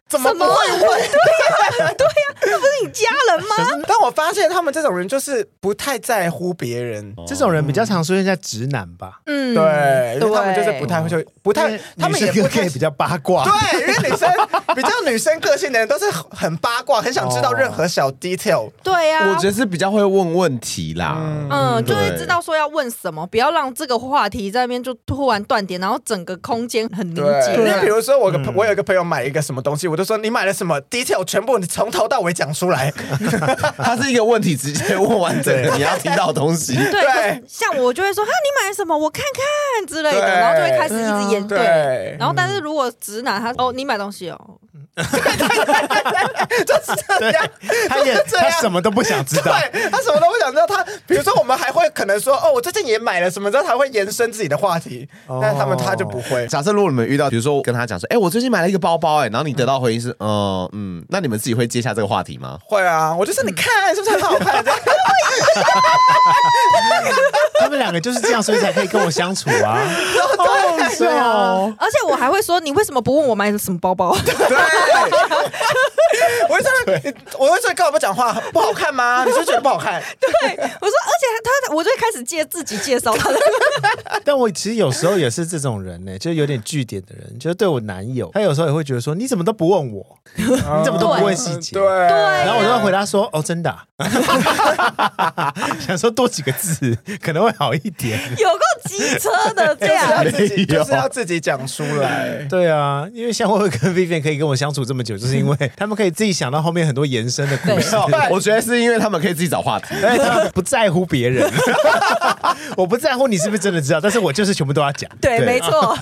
Speaker 2: 怎么
Speaker 3: 怎
Speaker 2: 不
Speaker 3: 么
Speaker 2: 会
Speaker 3: 会问？ 对呀、对呀、那不是你家人吗？
Speaker 2: 但我发现他们这种人就是不太在乎别人，
Speaker 1: 这种人比较常出现在直男吧，
Speaker 3: 嗯，
Speaker 2: 对，因为他们就是不
Speaker 3: 对
Speaker 2: 太会就不
Speaker 1: 因
Speaker 2: 太
Speaker 1: 为，
Speaker 2: 他们也
Speaker 1: 女
Speaker 2: 不
Speaker 1: 生可
Speaker 2: 太
Speaker 1: 以比较八卦。
Speaker 2: 对，因为女生比较女生个性的人都是很八卦，很想知道任何小 detail。
Speaker 3: 对呀、
Speaker 4: 我觉得是比较会问问题啦。
Speaker 3: 嗯，就会
Speaker 4: 对
Speaker 3: 知道说要问什么，不要让这个话题在那边就突然断点，然后整个空间很凝
Speaker 2: 对，
Speaker 3: 结。
Speaker 2: 因为比如说我有个朋
Speaker 1: 嗯
Speaker 2: 我有一个朋友买一个什么东西，我就说你买了什么 detail 全部你从头到尾讲出来。
Speaker 3: 嗯
Speaker 4: 他是一个问题直接问完整个你要听到的东西。
Speaker 3: 对，
Speaker 2: 对
Speaker 3: 可是像我就会说哈，你买什么？我看看之类的，
Speaker 2: 对
Speaker 3: 然后就会开始一直演
Speaker 2: 对，
Speaker 3: 然后，但是如果直男他哦，你买东西哦，
Speaker 2: 就是这样。
Speaker 1: 他也
Speaker 2: 这样
Speaker 1: 他什么都不想知道，
Speaker 2: 对 他什么都不想知道，他比如说我们还会可能说哦，我最近也买了什么，之后他会延伸自己的话题，
Speaker 1: 哦
Speaker 2: 但他们他就不会。
Speaker 4: 假设如果你们遇到，比如说我跟他讲说，哎、我最近买了一个包包、哎，然后你得到回应是，嗯嗯，那你们自己会接下这个话题吗？
Speaker 2: 会啊，我就说你看是不是很好 看？这样
Speaker 1: 他们两个就是这样，所以才可以跟我相处啊。
Speaker 2: 对
Speaker 1: 对啊，
Speaker 3: 而且我还会说，你为什么不问我买什么包包？
Speaker 2: 对， 我就说你，我会说你干嘛不讲话？不好看吗？你是不是觉得不好 看？
Speaker 3: 对，我说，而且他，我就会开始介自己介绍他的，
Speaker 1: 但我其实有时候也是这种人呢、就是有点据点的人，就是对我男友，他有时候也会觉得说，你怎么都不问我，你怎么都不问细节？
Speaker 2: 对，啊然
Speaker 1: 然后我就会回答说：“哦，真的、啊， 想说多几个字可能会好一点。
Speaker 3: 有够机车的
Speaker 2: 就
Speaker 3: 这
Speaker 2: 是
Speaker 3: 样
Speaker 2: 要。自己，
Speaker 4: 没有
Speaker 2: 就是要自己讲出”来。
Speaker 1: 对啊，因为像我跟 Vivian 可以跟我相处这么久，就是因为他们可以自己想到后面很多延伸的故事，
Speaker 2: 对
Speaker 4: 我觉得是因为他们可以自己找话题。
Speaker 1: 而且他们不在乎别人。 我不在乎你是不是真的知道，但是我就是全部都要讲。
Speaker 3: 对，
Speaker 4: 对
Speaker 3: 没错，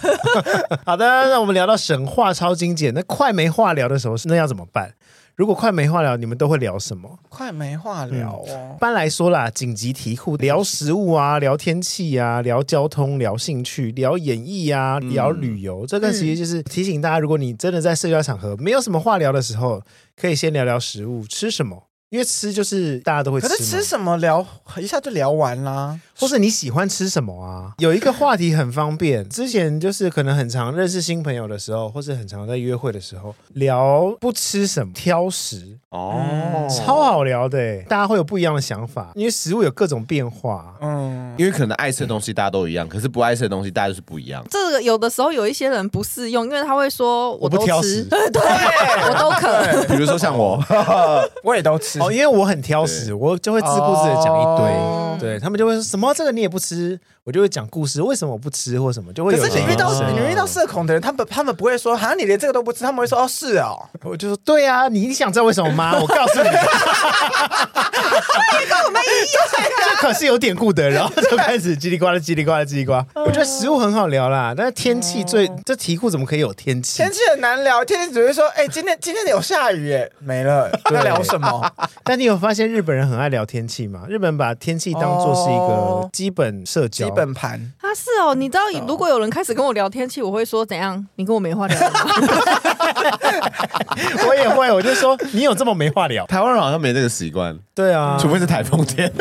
Speaker 1: 好的，那我们聊到神话超精简，那快没话聊的时候，那要怎么办？如果快没话聊，你们都会聊什么？
Speaker 2: 快没话聊哦
Speaker 1: 一。般来说啦，紧急题库聊食物啊，聊天气啊，聊交通，聊兴趣，聊演艺啊，
Speaker 4: 嗯
Speaker 1: 聊旅游。这段时间就是提醒大家，如果你真的在社交场合没有什么话聊的时候，可以先聊聊食物，吃什么。因为吃就是大家都会吃
Speaker 2: 可
Speaker 1: 嘛，
Speaker 2: 是吃什么聊一下就聊完啦，
Speaker 1: 或是你喜欢吃什么啊？有一个话题很方便，之前就是可能很常认识新朋友的时候，或是很常在约会的时候聊不吃什么挑食，
Speaker 4: 哦，
Speaker 1: 超好聊的欸、大家会有不一样的想法，因为食物有各种变化。啊
Speaker 2: 嗯，
Speaker 4: 因为可能爱吃的东西大家都一样，可是不爱吃的东西大家就是不一 样。
Speaker 3: 这个有的时候有一些人不适用，因为他会说
Speaker 1: 我不
Speaker 3: 都
Speaker 1: 挑食
Speaker 3: 吃，对，我都可。
Speaker 4: 比如说像 我，
Speaker 2: 我也都吃。
Speaker 1: 哦，因为我很挑食，
Speaker 4: 对
Speaker 1: 我就会自顾自的讲一堆，
Speaker 2: 哦
Speaker 1: 对他们就会说什么这个你也不吃，我就会讲故事，为什么我不吃或什么，就会
Speaker 2: 可
Speaker 1: 有啊
Speaker 2: 是你遇到
Speaker 1: 人
Speaker 2: 你遇到社恐的人，他们他们不会说哈，你连这个都不吃，他们会说哦是哦，
Speaker 1: 我就说对啊，你你想知道为什么吗？ 我告诉你， 这可是有典故的，然后就开始叽里呱啦、叽里呱啦、叽里呱啦。 我觉得食物很好聊啦，但是天气最这题库怎么可以有天气
Speaker 2: 天？气很难聊，天气只会说哎今天今天有下雨哎，没了，
Speaker 1: 对
Speaker 2: 要聊什么？
Speaker 1: 但你有发现日本人很爱聊天气吗？日本把天气当做是一个
Speaker 2: 哦
Speaker 1: 基本社交，
Speaker 2: 基本盘，
Speaker 3: 他是哦，你知道，如果有人开始跟我聊天气，我会说怎样？你跟我没话 聊吗？
Speaker 1: 我也会，我就说你有这么没话聊？
Speaker 4: 台湾人好像没这个习惯，
Speaker 1: 对啊，
Speaker 4: 除非是台风 天。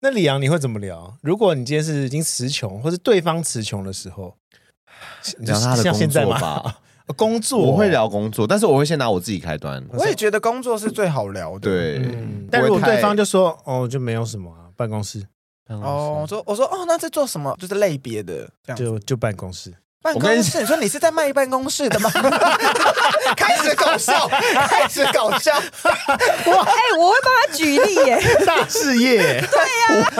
Speaker 1: 那李阳你会怎么聊？如果你今天是已经词穷，或是对方词穷的时候，你就
Speaker 4: 聊他的
Speaker 1: 像
Speaker 4: 工
Speaker 1: 现在
Speaker 4: 作
Speaker 1: 吗？
Speaker 4: 吧，
Speaker 1: 工作
Speaker 4: 我会，聊工作，但是我会先拿我自己开端。
Speaker 2: 我也觉得工作是最好聊的。
Speaker 4: 对，
Speaker 1: 嗯，但如果
Speaker 4: 不会太
Speaker 1: 对方就说哦就没有什么啊，办公室
Speaker 4: 嗯
Speaker 2: 哦，我，说我说哦，那在做什么？就是类别的这样子。
Speaker 1: 就就办公 室，
Speaker 2: 办
Speaker 4: 我跟
Speaker 2: 公
Speaker 4: 你
Speaker 2: 室，你说你是在卖办公室的吗？ 开始搞 笑，开始搞笑，
Speaker 3: 哎，我会帮他举例耶。
Speaker 1: 大事 业，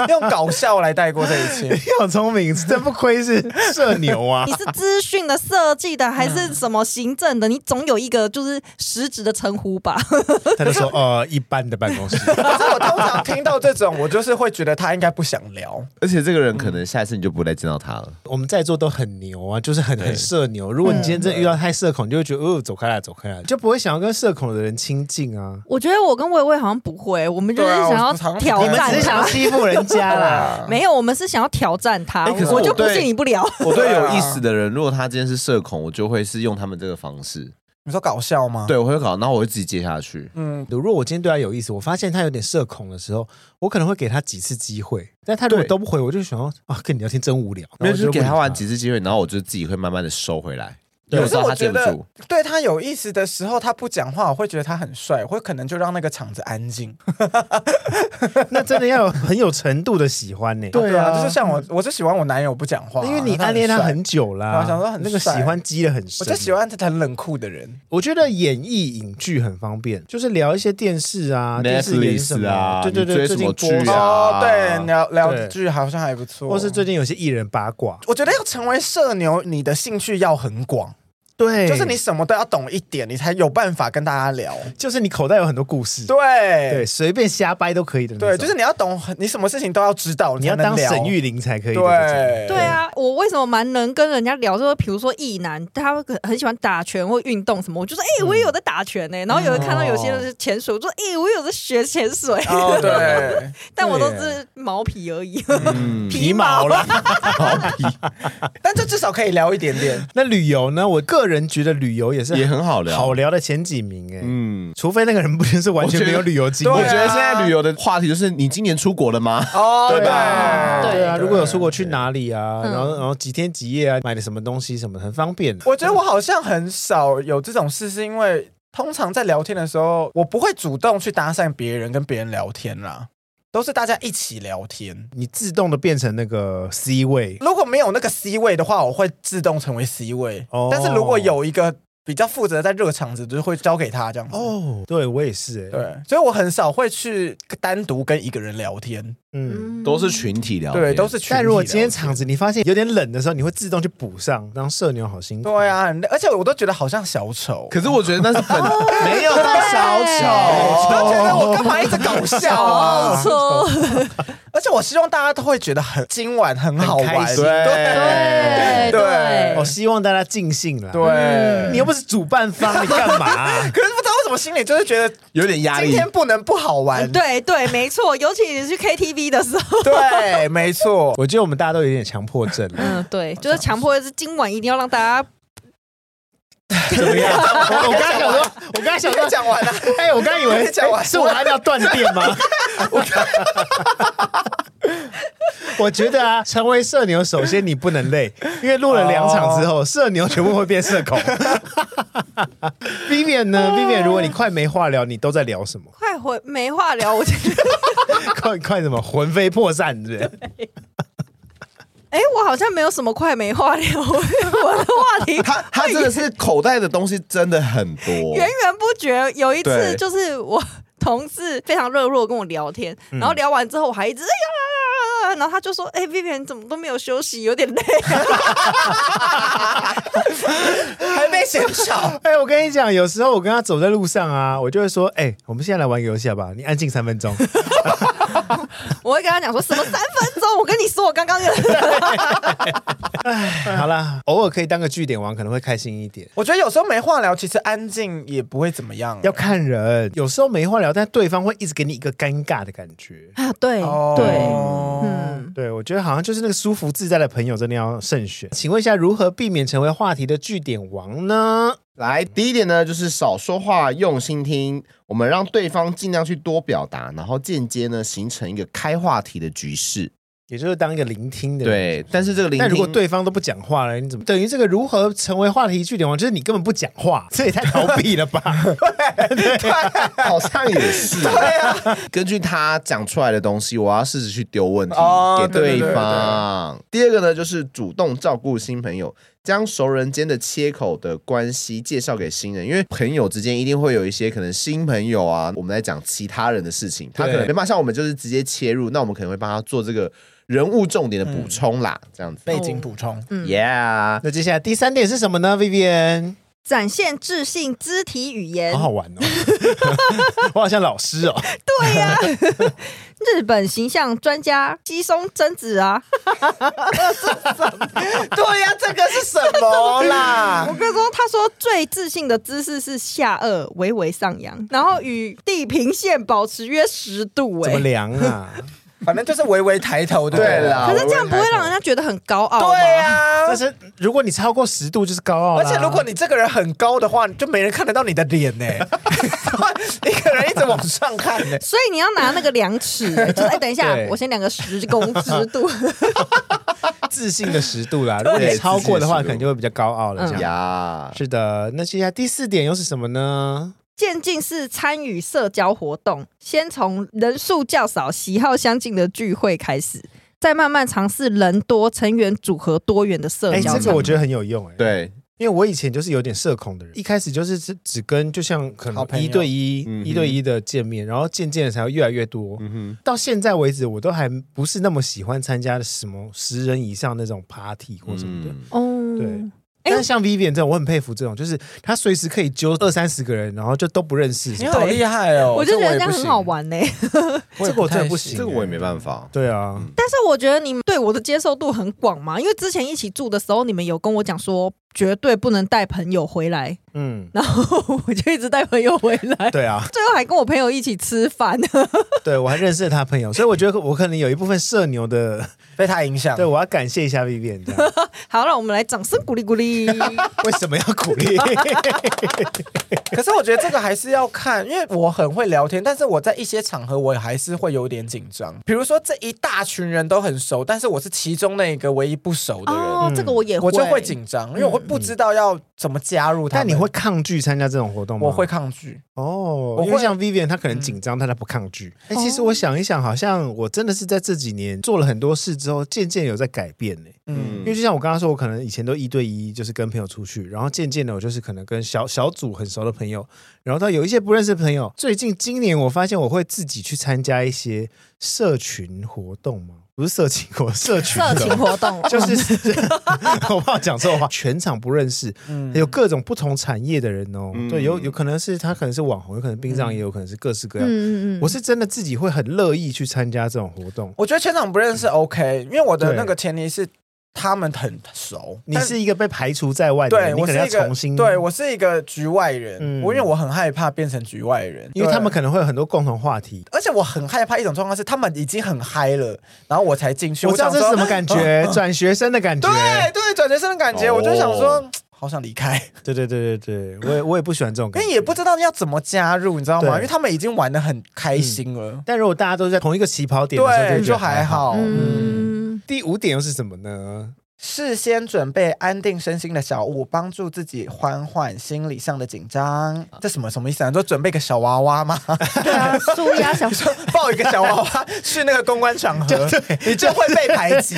Speaker 2: 用搞笑来带过这一切。
Speaker 1: 你好聪明，真不愧 是社牛啊
Speaker 3: 你！是资讯的、设计的，还
Speaker 1: 嗯
Speaker 3: 是什么行政的？你总有一个就是实质的称呼吧。
Speaker 1: 他就说呃一般的办公室，
Speaker 2: 可是我通常听到这种，我就是会觉得他应该不想聊。
Speaker 4: 而且这个人可能下一次你就不会再见到他了。
Speaker 1: 我们在座都很牛啊，就是很很社牛。如果你今天真
Speaker 4: 嗯
Speaker 1: 的遇到太社恐，你就会觉得哦走开啦，走开啦，就不会想要跟社恐的人亲近啊。
Speaker 3: 我觉得我跟薇薇好像不会，我们就是
Speaker 2: 对啊
Speaker 3: 想要
Speaker 2: 我常
Speaker 3: 挑
Speaker 1: 你们只
Speaker 3: 战
Speaker 1: 是想
Speaker 3: 他
Speaker 1: 要。欺负人家 啦。
Speaker 2: 啊
Speaker 3: 没有，我们是想要挑战他。
Speaker 4: 哎可是
Speaker 3: 我就
Speaker 4: 我
Speaker 3: 不
Speaker 4: 对
Speaker 3: 信你不聊。
Speaker 4: 我对
Speaker 2: 对
Speaker 4: 有
Speaker 2: 啊
Speaker 4: 意思的人，如果他今天是社恐，我就会是用他们这个方式，
Speaker 2: 你说搞笑吗？，
Speaker 4: 对我会搞，然后我会自己接下去。
Speaker 2: 嗯，
Speaker 1: 如果我今天对他有意思，我发现他有点社恐的时候，我可能会给他几次机会，但他如果
Speaker 4: 对
Speaker 1: 都不回，我就想要啊，跟你聊天真无聊。
Speaker 4: 没有，就是给他玩几
Speaker 1: 次，
Speaker 4: 次机会，然后我就自己会慢慢的收回来。
Speaker 1: 对
Speaker 4: 因为我知道他接不
Speaker 2: 可是我觉
Speaker 4: 住，
Speaker 2: 对他有意思的时候，他不讲话，我会觉得他很帅，我会可能就让那个场子安静。
Speaker 1: 那真的要有很有程度的喜欢呢、
Speaker 2: 对啊，就是像我，我就喜欢我男友不讲话，
Speaker 1: 因为你
Speaker 2: 然后
Speaker 1: 暗恋他
Speaker 2: 帅
Speaker 1: 很，久
Speaker 2: 对
Speaker 1: 啦，
Speaker 2: 啊想说很
Speaker 1: 那个喜
Speaker 2: 帅
Speaker 1: 欢积的很深。
Speaker 2: 我就喜，欢他很冷酷的人。
Speaker 1: 我觉得演艺影剧很方便，就是聊一些电视啊、电视演什
Speaker 4: Netflix
Speaker 1: 么，
Speaker 4: 啊，
Speaker 1: 对对对，
Speaker 4: 你追
Speaker 1: 最
Speaker 4: 什
Speaker 1: 近
Speaker 4: 么
Speaker 1: 播
Speaker 4: 剧
Speaker 1: 什么，
Speaker 2: 哦
Speaker 4: 啊？，
Speaker 2: 对，聊
Speaker 1: 对
Speaker 2: 聊剧好像还不错，
Speaker 1: 或是最近有些艺人八卦，
Speaker 2: 我觉得要成为社牛，你的兴趣要很广，
Speaker 1: 对，
Speaker 2: 就是你什么都要懂一点，你才有办法跟大家聊。
Speaker 1: 就是你口袋有很多故事，对，
Speaker 2: 对
Speaker 1: 随便瞎掰都可以的那种，
Speaker 2: 对，就是你要懂很，你什么事情都要知道，
Speaker 1: 你要当沈
Speaker 2: 玉
Speaker 1: 玉玲才可以的那种，
Speaker 2: 对
Speaker 3: 对，啊，我为什么蛮能跟人家聊？就是比如说异男，他会很喜欢打拳或运动什么，我就说，哎、我也有在打拳呢、然后有人看到有些人是潜水，我说，哎、我也有在学潜水，
Speaker 2: 哦对，
Speaker 3: 但我都
Speaker 1: 对
Speaker 3: 是毛皮而已，
Speaker 4: 嗯，
Speaker 1: 皮毛啊啦。
Speaker 2: 但这至少可以聊一点点。
Speaker 1: 那旅游呢？我个人觉得旅游也是
Speaker 4: 也很好聊。
Speaker 1: 好聊的前几名哎、
Speaker 4: 嗯，
Speaker 1: 除非那个人不就是完全没有旅游经
Speaker 4: 我
Speaker 2: 对 啊
Speaker 4: 觉
Speaker 1: 验。
Speaker 4: 得现在旅游的话题就是你今年出国了吗？
Speaker 2: 哦，
Speaker 4: 对吧
Speaker 3: 对
Speaker 1: 对啊，如果有出国去哪里啊，
Speaker 3: 嗯
Speaker 1: 然后然后几天几夜啊，买的什么东西什么的，很方便。
Speaker 2: 我觉得我好像很少有这种事，是因为通常在聊天的时候，我不会主动去搭讪别人，跟别人聊天啦，都是大家一起聊天。
Speaker 1: 你自动的变成那个 C 位，
Speaker 2: 如果没有那个 C 位的话，我会自动成为 C 位。
Speaker 1: 哦
Speaker 2: 但是如果有一个比较负责在热场子，就是会交给他这样子。
Speaker 1: 哦，对我也是哎、
Speaker 2: 对，所以我很少会去单独跟一个人聊天，
Speaker 1: 嗯。
Speaker 4: 都是群体聊天，
Speaker 2: 对，都是群体聊天。
Speaker 1: 但如果今天场子你发现有点冷的时候，你会自动去补上，当社牛好辛苦。
Speaker 2: 对，啊，很累而且我都觉得好像小丑，
Speaker 4: 可是我觉得那是本没有到小
Speaker 2: 我
Speaker 4: 丑，
Speaker 2: 都觉
Speaker 1: 哎
Speaker 2: 得我干嘛一直搞笑
Speaker 3: 小
Speaker 2: 啊？
Speaker 3: 丑，
Speaker 2: 而且我希望大家都会觉得很今晚很好
Speaker 1: 很开
Speaker 2: 玩，
Speaker 1: 心
Speaker 3: 对
Speaker 2: 对
Speaker 3: 对
Speaker 1: 哦我希望大家尽兴啦。，
Speaker 2: 对
Speaker 4: 嗯
Speaker 1: 你又不是主办方，你干嘛啊、
Speaker 2: 可是不知道为什么我心里就是觉得
Speaker 4: 有点压
Speaker 2: 今
Speaker 4: 力。
Speaker 2: 天不能不好玩。
Speaker 3: 对对，没错，尤其你去 KTV 的时候，
Speaker 2: 对，没错。
Speaker 1: 我觉得我们大家都有点强迫症了。
Speaker 3: 嗯，对，就是强迫是今晚一定要让大家？
Speaker 1: 怎么样？ 我我刚才想说，我刚才想
Speaker 2: 我
Speaker 1: 说
Speaker 2: 刚，讲完了，
Speaker 1: 哎、我刚以为、
Speaker 2: 讲完
Speaker 1: 哎是我还没有断电 吗？ 我觉得啊，成为社牛，首先你不能累，因为录了两场之后，社牛全部会变社 恐。Vivian 呢？Vivian，如果你快没话聊，你都在聊什么
Speaker 3: 快回没话聊。我觉得，
Speaker 1: 快快什么魂飞魄散，是不是？
Speaker 3: 哎，我好像没有什么快没话聊，我的话题
Speaker 4: 他他真的是口袋的东西真的很多，
Speaker 3: 源源不绝。有一次
Speaker 4: 对
Speaker 3: 就是我同事非常热络地跟我聊天，然后聊完之后我还一直哎呀，然后他就说：“哎，Vivian 你怎么都没有休息，有点累。
Speaker 2: 还没嫌少。
Speaker 1: 哎、我跟你讲，有时候我跟他走在路上啊，我就会说，哎、我们现在来玩个游戏好不好？你安静三分钟。”
Speaker 3: 我会跟他讲说什么三分钟，我跟你说，我刚刚有
Speaker 1: 好啦，偶尔可以当个据点王，可能会开心一点。
Speaker 2: 我觉得有时候没话聊，其实安静也不会怎么样。
Speaker 1: 要看人，有时候没话聊，但对方会一直给你一个尴尬的感觉。
Speaker 3: 啊，对
Speaker 2: 哦
Speaker 3: 对，嗯，
Speaker 1: 对，我觉得好像就是那个舒服自在的朋友，真的要慎选。请问一下，如何避免成为话题的据点王呢？
Speaker 4: 来，第一点呢，就是少说话，用心听。我们让对方尽量去多表达，然后间接呢形成一个开话题的局势。
Speaker 1: 也就是当一个聆听的人。
Speaker 4: 对，但是这个聆
Speaker 1: 但
Speaker 4: 听，
Speaker 1: 如果对方都不讲话了，你怎么等于这个如何成为话题据点王？就是你根本不讲话，这也太逃避了吧？
Speaker 4: 好像也是。对啊，根据他讲出来的东西，我要试着去丢问题
Speaker 2: 哦
Speaker 4: 给
Speaker 2: 对对对
Speaker 4: 方。第二个呢，就是主动照顾新朋友，将熟人间的切口的关系介绍给新人，因为朋友之间一定会有一些可能新朋友啊，我们在讲其他人的事情，他可能
Speaker 1: 对
Speaker 4: 没办法像我们就是直接切入，那我们可能会帮他做这个人物重点的补充啦，这样子。
Speaker 2: 背景补充，
Speaker 3: 嗯
Speaker 4: Yeah，
Speaker 1: 那接下来第三点是什么呢？Vivian，
Speaker 3: 展现自信肢体语言
Speaker 1: 好。好玩哦， 我好像老师哦。
Speaker 3: 对呀、日本形象专家西松真子啊，
Speaker 2: 对呀、这个是什么啦
Speaker 3: 我？跟你说，他说最自信的姿势是下颚微微上扬，然后与地平线保持约十度、
Speaker 1: 怎么
Speaker 3: 哎，
Speaker 1: 凉啊？
Speaker 2: 反正就是微微抬头，对不
Speaker 4: 对啦，
Speaker 3: 可是这样不会让人家觉得很高傲吗
Speaker 2: 对
Speaker 1: 啊
Speaker 2: 呀、
Speaker 1: 但是如果你超过十度，就是高傲
Speaker 2: 而
Speaker 1: 啦。
Speaker 2: 且如果你这个人很高的话，就没人看得到你的 脸呢、一个人一直往上看呢、
Speaker 3: 所以你要拿那个量尺、哎就是 哎、等一下
Speaker 1: 对，
Speaker 3: 我先量个十公尺 度。
Speaker 1: 自信的十度 啦，如果你
Speaker 4: 对
Speaker 1: 超过的话，可
Speaker 4: 自信的十度
Speaker 1: 能就会比较高傲了。这样、
Speaker 4: 呀，
Speaker 1: 是的。那接下来第四点又是什么呢？
Speaker 3: 渐进式参与社交活动，先从人数较少、喜好相近的聚会开始，再慢慢尝试人多、成员组合多元的社
Speaker 1: 哎、
Speaker 3: 交。
Speaker 1: 这个我觉得很有用哎、，
Speaker 4: 对，
Speaker 1: 因为我以前就是有点社恐的人，一开始就是只只跟就像可
Speaker 2: 好
Speaker 1: 能
Speaker 2: 朋友
Speaker 1: 一对一
Speaker 4: 嗯、哼
Speaker 1: 一对一的见面，然后渐渐的才会越来越多。
Speaker 4: 嗯哼。
Speaker 1: 到现在为止，我都还不是那么喜欢参加什么十人以上那种 party 或什么的。
Speaker 4: 嗯
Speaker 3: 哦
Speaker 1: 对
Speaker 3: 哎
Speaker 1: 但是像 Vivian 这种，我很佩服这种，就是他随时可以揪二三十个人，然后就都不认识。
Speaker 2: 你好厉害哦！
Speaker 3: 我就觉得这
Speaker 2: 我也
Speaker 3: 样
Speaker 2: 不
Speaker 3: 很
Speaker 2: 行
Speaker 3: 好，玩呢、
Speaker 1: 这个我真的不行欸
Speaker 4: 这个我也没办法。
Speaker 1: 对啊，
Speaker 3: 但是我觉得你们对我的接受度很广嘛，因为之前一起住的时候，你们有跟我讲说绝对不能带朋友回来，
Speaker 1: 嗯，
Speaker 3: 然后我就一直带朋友回 来，
Speaker 1: 对啊。
Speaker 3: 最后还跟我朋友一起吃饭。
Speaker 1: 对，我还认识了他朋友，所以我觉得我可能有一部分社牛 的，
Speaker 2: 被他影响
Speaker 1: 对。我要感谢一下 Vivian 这样。
Speaker 3: 好，让我们来掌声鼓励鼓励。
Speaker 1: 为什么要鼓励？
Speaker 2: 可是我觉得这个还是要看，因为我很会聊天，但是我在一些场合我还是会有点紧张。比如说这一大群人都很熟，但是我是其中那一个唯一不熟的人，
Speaker 3: 哦，这个我也
Speaker 2: 嗯我就会紧张，因为我会不知道要怎么加入
Speaker 1: 嗯
Speaker 2: 他
Speaker 1: 但
Speaker 2: 们。
Speaker 1: 你会抗拒参加这种活动吗？
Speaker 2: 我会抗拒。
Speaker 1: 哦，
Speaker 2: 我
Speaker 1: 因为
Speaker 2: 会
Speaker 1: 像 Vivian 她可能紧张，但她不抗拒。哎，其实我想一想，好像我真的是在这几年做了很多事之后，渐渐有在改变呢。
Speaker 2: 嗯，
Speaker 1: 因为就像我刚刚说，我可能以前都一对一，就是跟朋友出去，然后渐渐的我就是可能跟小小组很熟的朋友，然后到有一些不认识的朋友。最近今年我发现我会自己去参加一些社群活动嘛，不是社情活， 社群
Speaker 3: 色
Speaker 1: 活
Speaker 3: 情
Speaker 1: 动。
Speaker 3: 活动，
Speaker 1: 就是 我怕讲错话，全场不认识，
Speaker 2: 嗯
Speaker 1: 有各种不同产业的人哦，
Speaker 4: 嗯
Speaker 1: 对，有有可能是他可能是网红，有可能殡葬，也有可能是各式各样。
Speaker 3: 嗯嗯嗯，
Speaker 1: 啊我是真的自己会很乐意去参加这种活动，
Speaker 2: 我觉得全场不认识 OK，因为我的那个前提是他们很熟，
Speaker 1: 你
Speaker 2: 但
Speaker 1: 是一个被排除在外的
Speaker 2: 对
Speaker 1: 人，你
Speaker 2: 我
Speaker 1: 可
Speaker 2: 是
Speaker 1: 能要
Speaker 2: 一个
Speaker 1: 重新
Speaker 2: 对我是一个局外人，
Speaker 1: 嗯
Speaker 2: 我因为我很害怕变成局外人，
Speaker 1: 因为他
Speaker 2: 对
Speaker 1: 们可能会有很多共同话题。
Speaker 2: 而且我很害怕一种状况是，他们已经很嗨了，然后我才进去。
Speaker 1: 我知道
Speaker 2: 想
Speaker 1: 这
Speaker 2: 说
Speaker 1: 是什么感 觉，转学生的感觉。
Speaker 2: 对对，转学生的感觉，
Speaker 4: 哦
Speaker 2: 我就想说，好想离开，
Speaker 1: 对对对对对，我也我也不喜欢这种
Speaker 2: 因
Speaker 1: 感
Speaker 2: 为
Speaker 1: 觉。
Speaker 2: 也不知道要怎么加入，你知道吗？
Speaker 1: 对嗯
Speaker 2: 因为他们已经玩的很开心了，
Speaker 1: 但如果大家都在同一个起跑点的时候，
Speaker 2: 对，
Speaker 1: 就
Speaker 2: 就
Speaker 1: 觉得
Speaker 2: 哎还。好。
Speaker 3: 嗯，
Speaker 1: 第五点又是什么呢？
Speaker 2: 事先准备安定身心的小物，帮助自己缓缓心理上的紧张。这什么什么意思啊？你说准备个小娃娃 吗？
Speaker 3: 对啊，舒 压小
Speaker 2: 就抱一个小娃娃 去那个公关场 合，你就会被排挤。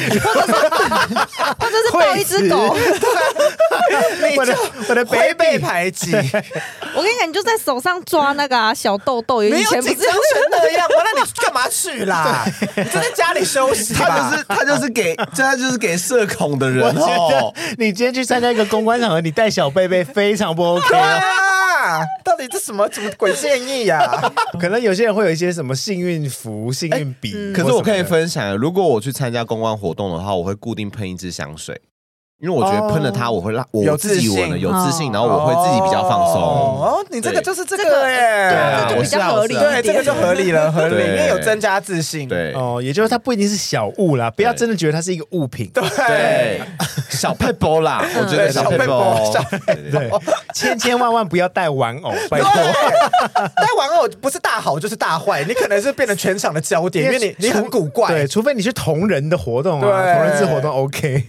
Speaker 3: 或者是抱一只狗，
Speaker 2: 你
Speaker 1: 我的
Speaker 2: 哎就
Speaker 1: 我的
Speaker 2: 会
Speaker 1: baby
Speaker 2: 被排挤。
Speaker 3: 我跟你讲，你就在手上抓那个啊小豆豆，以
Speaker 2: 没有
Speaker 3: 前
Speaker 2: 紧
Speaker 3: 不
Speaker 2: 张
Speaker 3: 是
Speaker 2: 成那样， 那你干嘛去 啦？你就在家里休息吧。
Speaker 4: 他就是他就是给，这他就是给社恐的
Speaker 1: 我
Speaker 4: 人
Speaker 1: 觉
Speaker 4: 哦
Speaker 1: 得。你今天去参加一个公关场合，你带小贝贝非常不 OK
Speaker 2: 对
Speaker 1: 哦。
Speaker 2: 啊，到底这什么什么鬼建议啊呀、
Speaker 1: 可能有些人会有一些什么幸运符、幸运笔，
Speaker 4: 可是我可以
Speaker 1: 分。
Speaker 4: 分享，如果我去参加公关活动的话，我会固定喷一支香水，因为我觉得喷了它，我会让
Speaker 2: 有
Speaker 4: 我
Speaker 2: 自
Speaker 4: 自
Speaker 2: 信
Speaker 4: 己闻了有自信，
Speaker 3: 哦
Speaker 4: 然后我会自己比较放松。
Speaker 2: 哦，你这个就是这
Speaker 3: 这
Speaker 2: 个
Speaker 3: 个
Speaker 2: 耶，
Speaker 4: 对啊
Speaker 3: 这 就
Speaker 4: 我
Speaker 3: 比
Speaker 4: 是
Speaker 3: 较
Speaker 4: 啊
Speaker 3: 合
Speaker 4: 我
Speaker 3: 理
Speaker 4: 是
Speaker 3: 一
Speaker 4: 啊
Speaker 3: 点，
Speaker 2: 对，这个就合理了，合理，因
Speaker 4: 对
Speaker 2: 为有增加自信。
Speaker 4: 对
Speaker 1: 哦，也就是它不一定是小物啦，不要真的觉得它是一个物品。
Speaker 2: 对
Speaker 4: 对， 小佩波啦，我觉
Speaker 2: 对
Speaker 4: 得小
Speaker 2: 小
Speaker 4: 佩
Speaker 2: 佩
Speaker 4: 波
Speaker 2: 波小，
Speaker 4: 对对
Speaker 1: 对，千千万万不要带玩偶，拜
Speaker 2: 对
Speaker 1: 托。
Speaker 2: 但玩偶不是大好就是大坏，你可能是变成全场的焦点，因为你你很古怪
Speaker 1: 对，。除非你去同人的活动
Speaker 2: 对
Speaker 1: 啊，同人制活动 OK。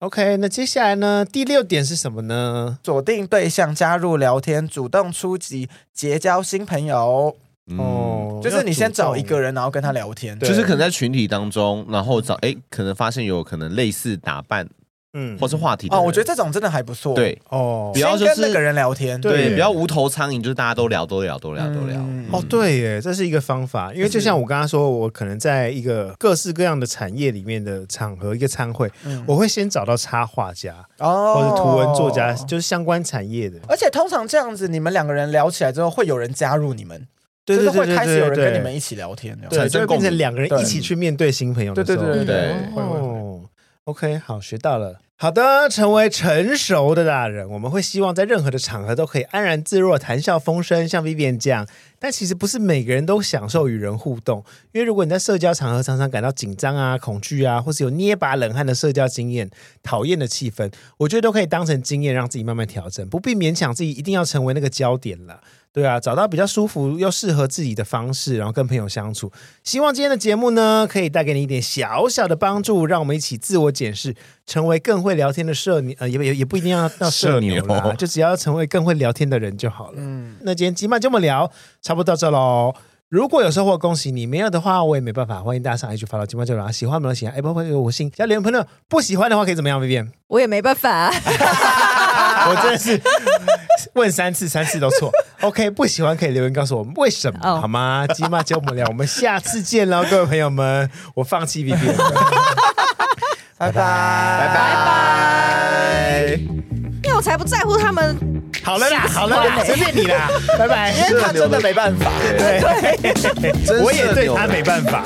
Speaker 1: OK，那
Speaker 2: 嗯
Speaker 1: 接下来呢？第六点是什么呢？
Speaker 2: 锁定对象，加入聊天，主动出击，结交新朋友，
Speaker 4: 哦。
Speaker 1: 哦，
Speaker 2: 嗯就是你先找一个
Speaker 1: 人，
Speaker 2: 人，然后跟他聊天。
Speaker 1: 对
Speaker 4: 就是可能在群体当中，然后找哎，可能发现有可能类似打扮
Speaker 1: 嗯
Speaker 4: 或是话题的
Speaker 2: 哦，
Speaker 4: 人
Speaker 2: 我觉得这种真的还不错。，
Speaker 4: 对
Speaker 1: 哦
Speaker 4: 不要就
Speaker 2: 跟
Speaker 4: 是
Speaker 2: 那个人聊天。
Speaker 1: 对
Speaker 4: 对，不要无头苍蝇，就是大家都聊，都聊，都聊，都聊。
Speaker 2: 嗯
Speaker 1: 哦，对耶，这是一个方法，因为就像我刚刚说，我可能在一个各式各样的产业里面的场合，一个参会，
Speaker 2: 嗯
Speaker 1: 我会先找到插画家
Speaker 2: 哦，
Speaker 1: 或者图文作家，就是相关产业的。
Speaker 2: 而且通常这样子，你们两个人聊起来之后，会有人加入你们，
Speaker 1: 对对对
Speaker 2: 就是会开始有人跟你们
Speaker 1: 一
Speaker 2: 一起聊天。这样
Speaker 1: 对，
Speaker 4: 产
Speaker 1: 就
Speaker 4: 生
Speaker 1: 会变
Speaker 4: 共
Speaker 1: 成
Speaker 4: 鸣
Speaker 1: 两个人一起去面对新朋友的时候。
Speaker 2: 对
Speaker 3: 嗯
Speaker 4: 对
Speaker 1: 会会
Speaker 3: 哦
Speaker 1: 会 OK，好，学到了。好的，成为成熟的大人，我们会希望在任何的场合都可以安然自若、谈笑风生，像 Vivian 这样。但其实不是每个人都享受与人互动，因为如果你在社交场合常常感到紧张啊、恐惧啊，或是有捏把冷汗的社交经验、讨厌的气氛，我觉得都可以当成经验，让自己慢慢调整，不必勉强自己一定要成为那个焦点了。对啊，找到比较舒服又适合自己的方式，然后跟朋友相处，希望今天的节目呢，可以带给你一点小小的帮助，让我们一起自我检视，成为更会聊天的社牛，呃，也也也不一定要到社牛
Speaker 4: 社
Speaker 1: 啦，
Speaker 4: 牛
Speaker 1: 就只要成为更会聊天的人就好了。嗯，那今天吉曼就这么聊，差不多到这喽。如果有收获，恭喜你；没有的话，我也没办法。欢迎大家上一句发到吉曼就聊，喜欢我们的喜欢 Apple 朋友我信加留言评论，不喜欢的话可以怎么样？Vivian，
Speaker 3: 我也没办法。啊
Speaker 1: 我真的是问三次，三次都错。OK，不喜欢可以留言告诉我们为什么、
Speaker 3: 哦
Speaker 1: 好吗？吉妈教我们聊，我们下次见喽，各位朋友们，我放弃 B B 了。
Speaker 2: 拜拜，拜
Speaker 4: 拜
Speaker 2: 拜。
Speaker 3: 因为我才不在乎他们。
Speaker 1: 好了啦，好了啦，随便你啦，拜拜。
Speaker 2: 因为他真的没办法。
Speaker 4: 真
Speaker 1: 我也
Speaker 4: 社
Speaker 1: 对
Speaker 4: 牛
Speaker 1: 他
Speaker 4: 的
Speaker 1: 没办法。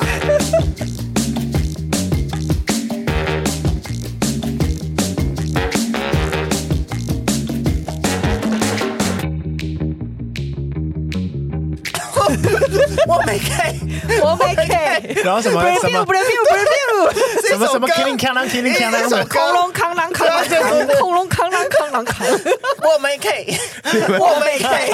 Speaker 2: 我 没 K，
Speaker 3: 我没给。
Speaker 1: 然后什么
Speaker 3: 不
Speaker 1: 什
Speaker 3: 是
Speaker 1: 么
Speaker 3: 不是不是不是，
Speaker 1: 什么什么
Speaker 2: 这首歌
Speaker 1: killing killing killing killing，
Speaker 3: 恐龙扛狼扛狼扛，恐龙扛狼扛狼扛，
Speaker 2: 我没 K，我没 K。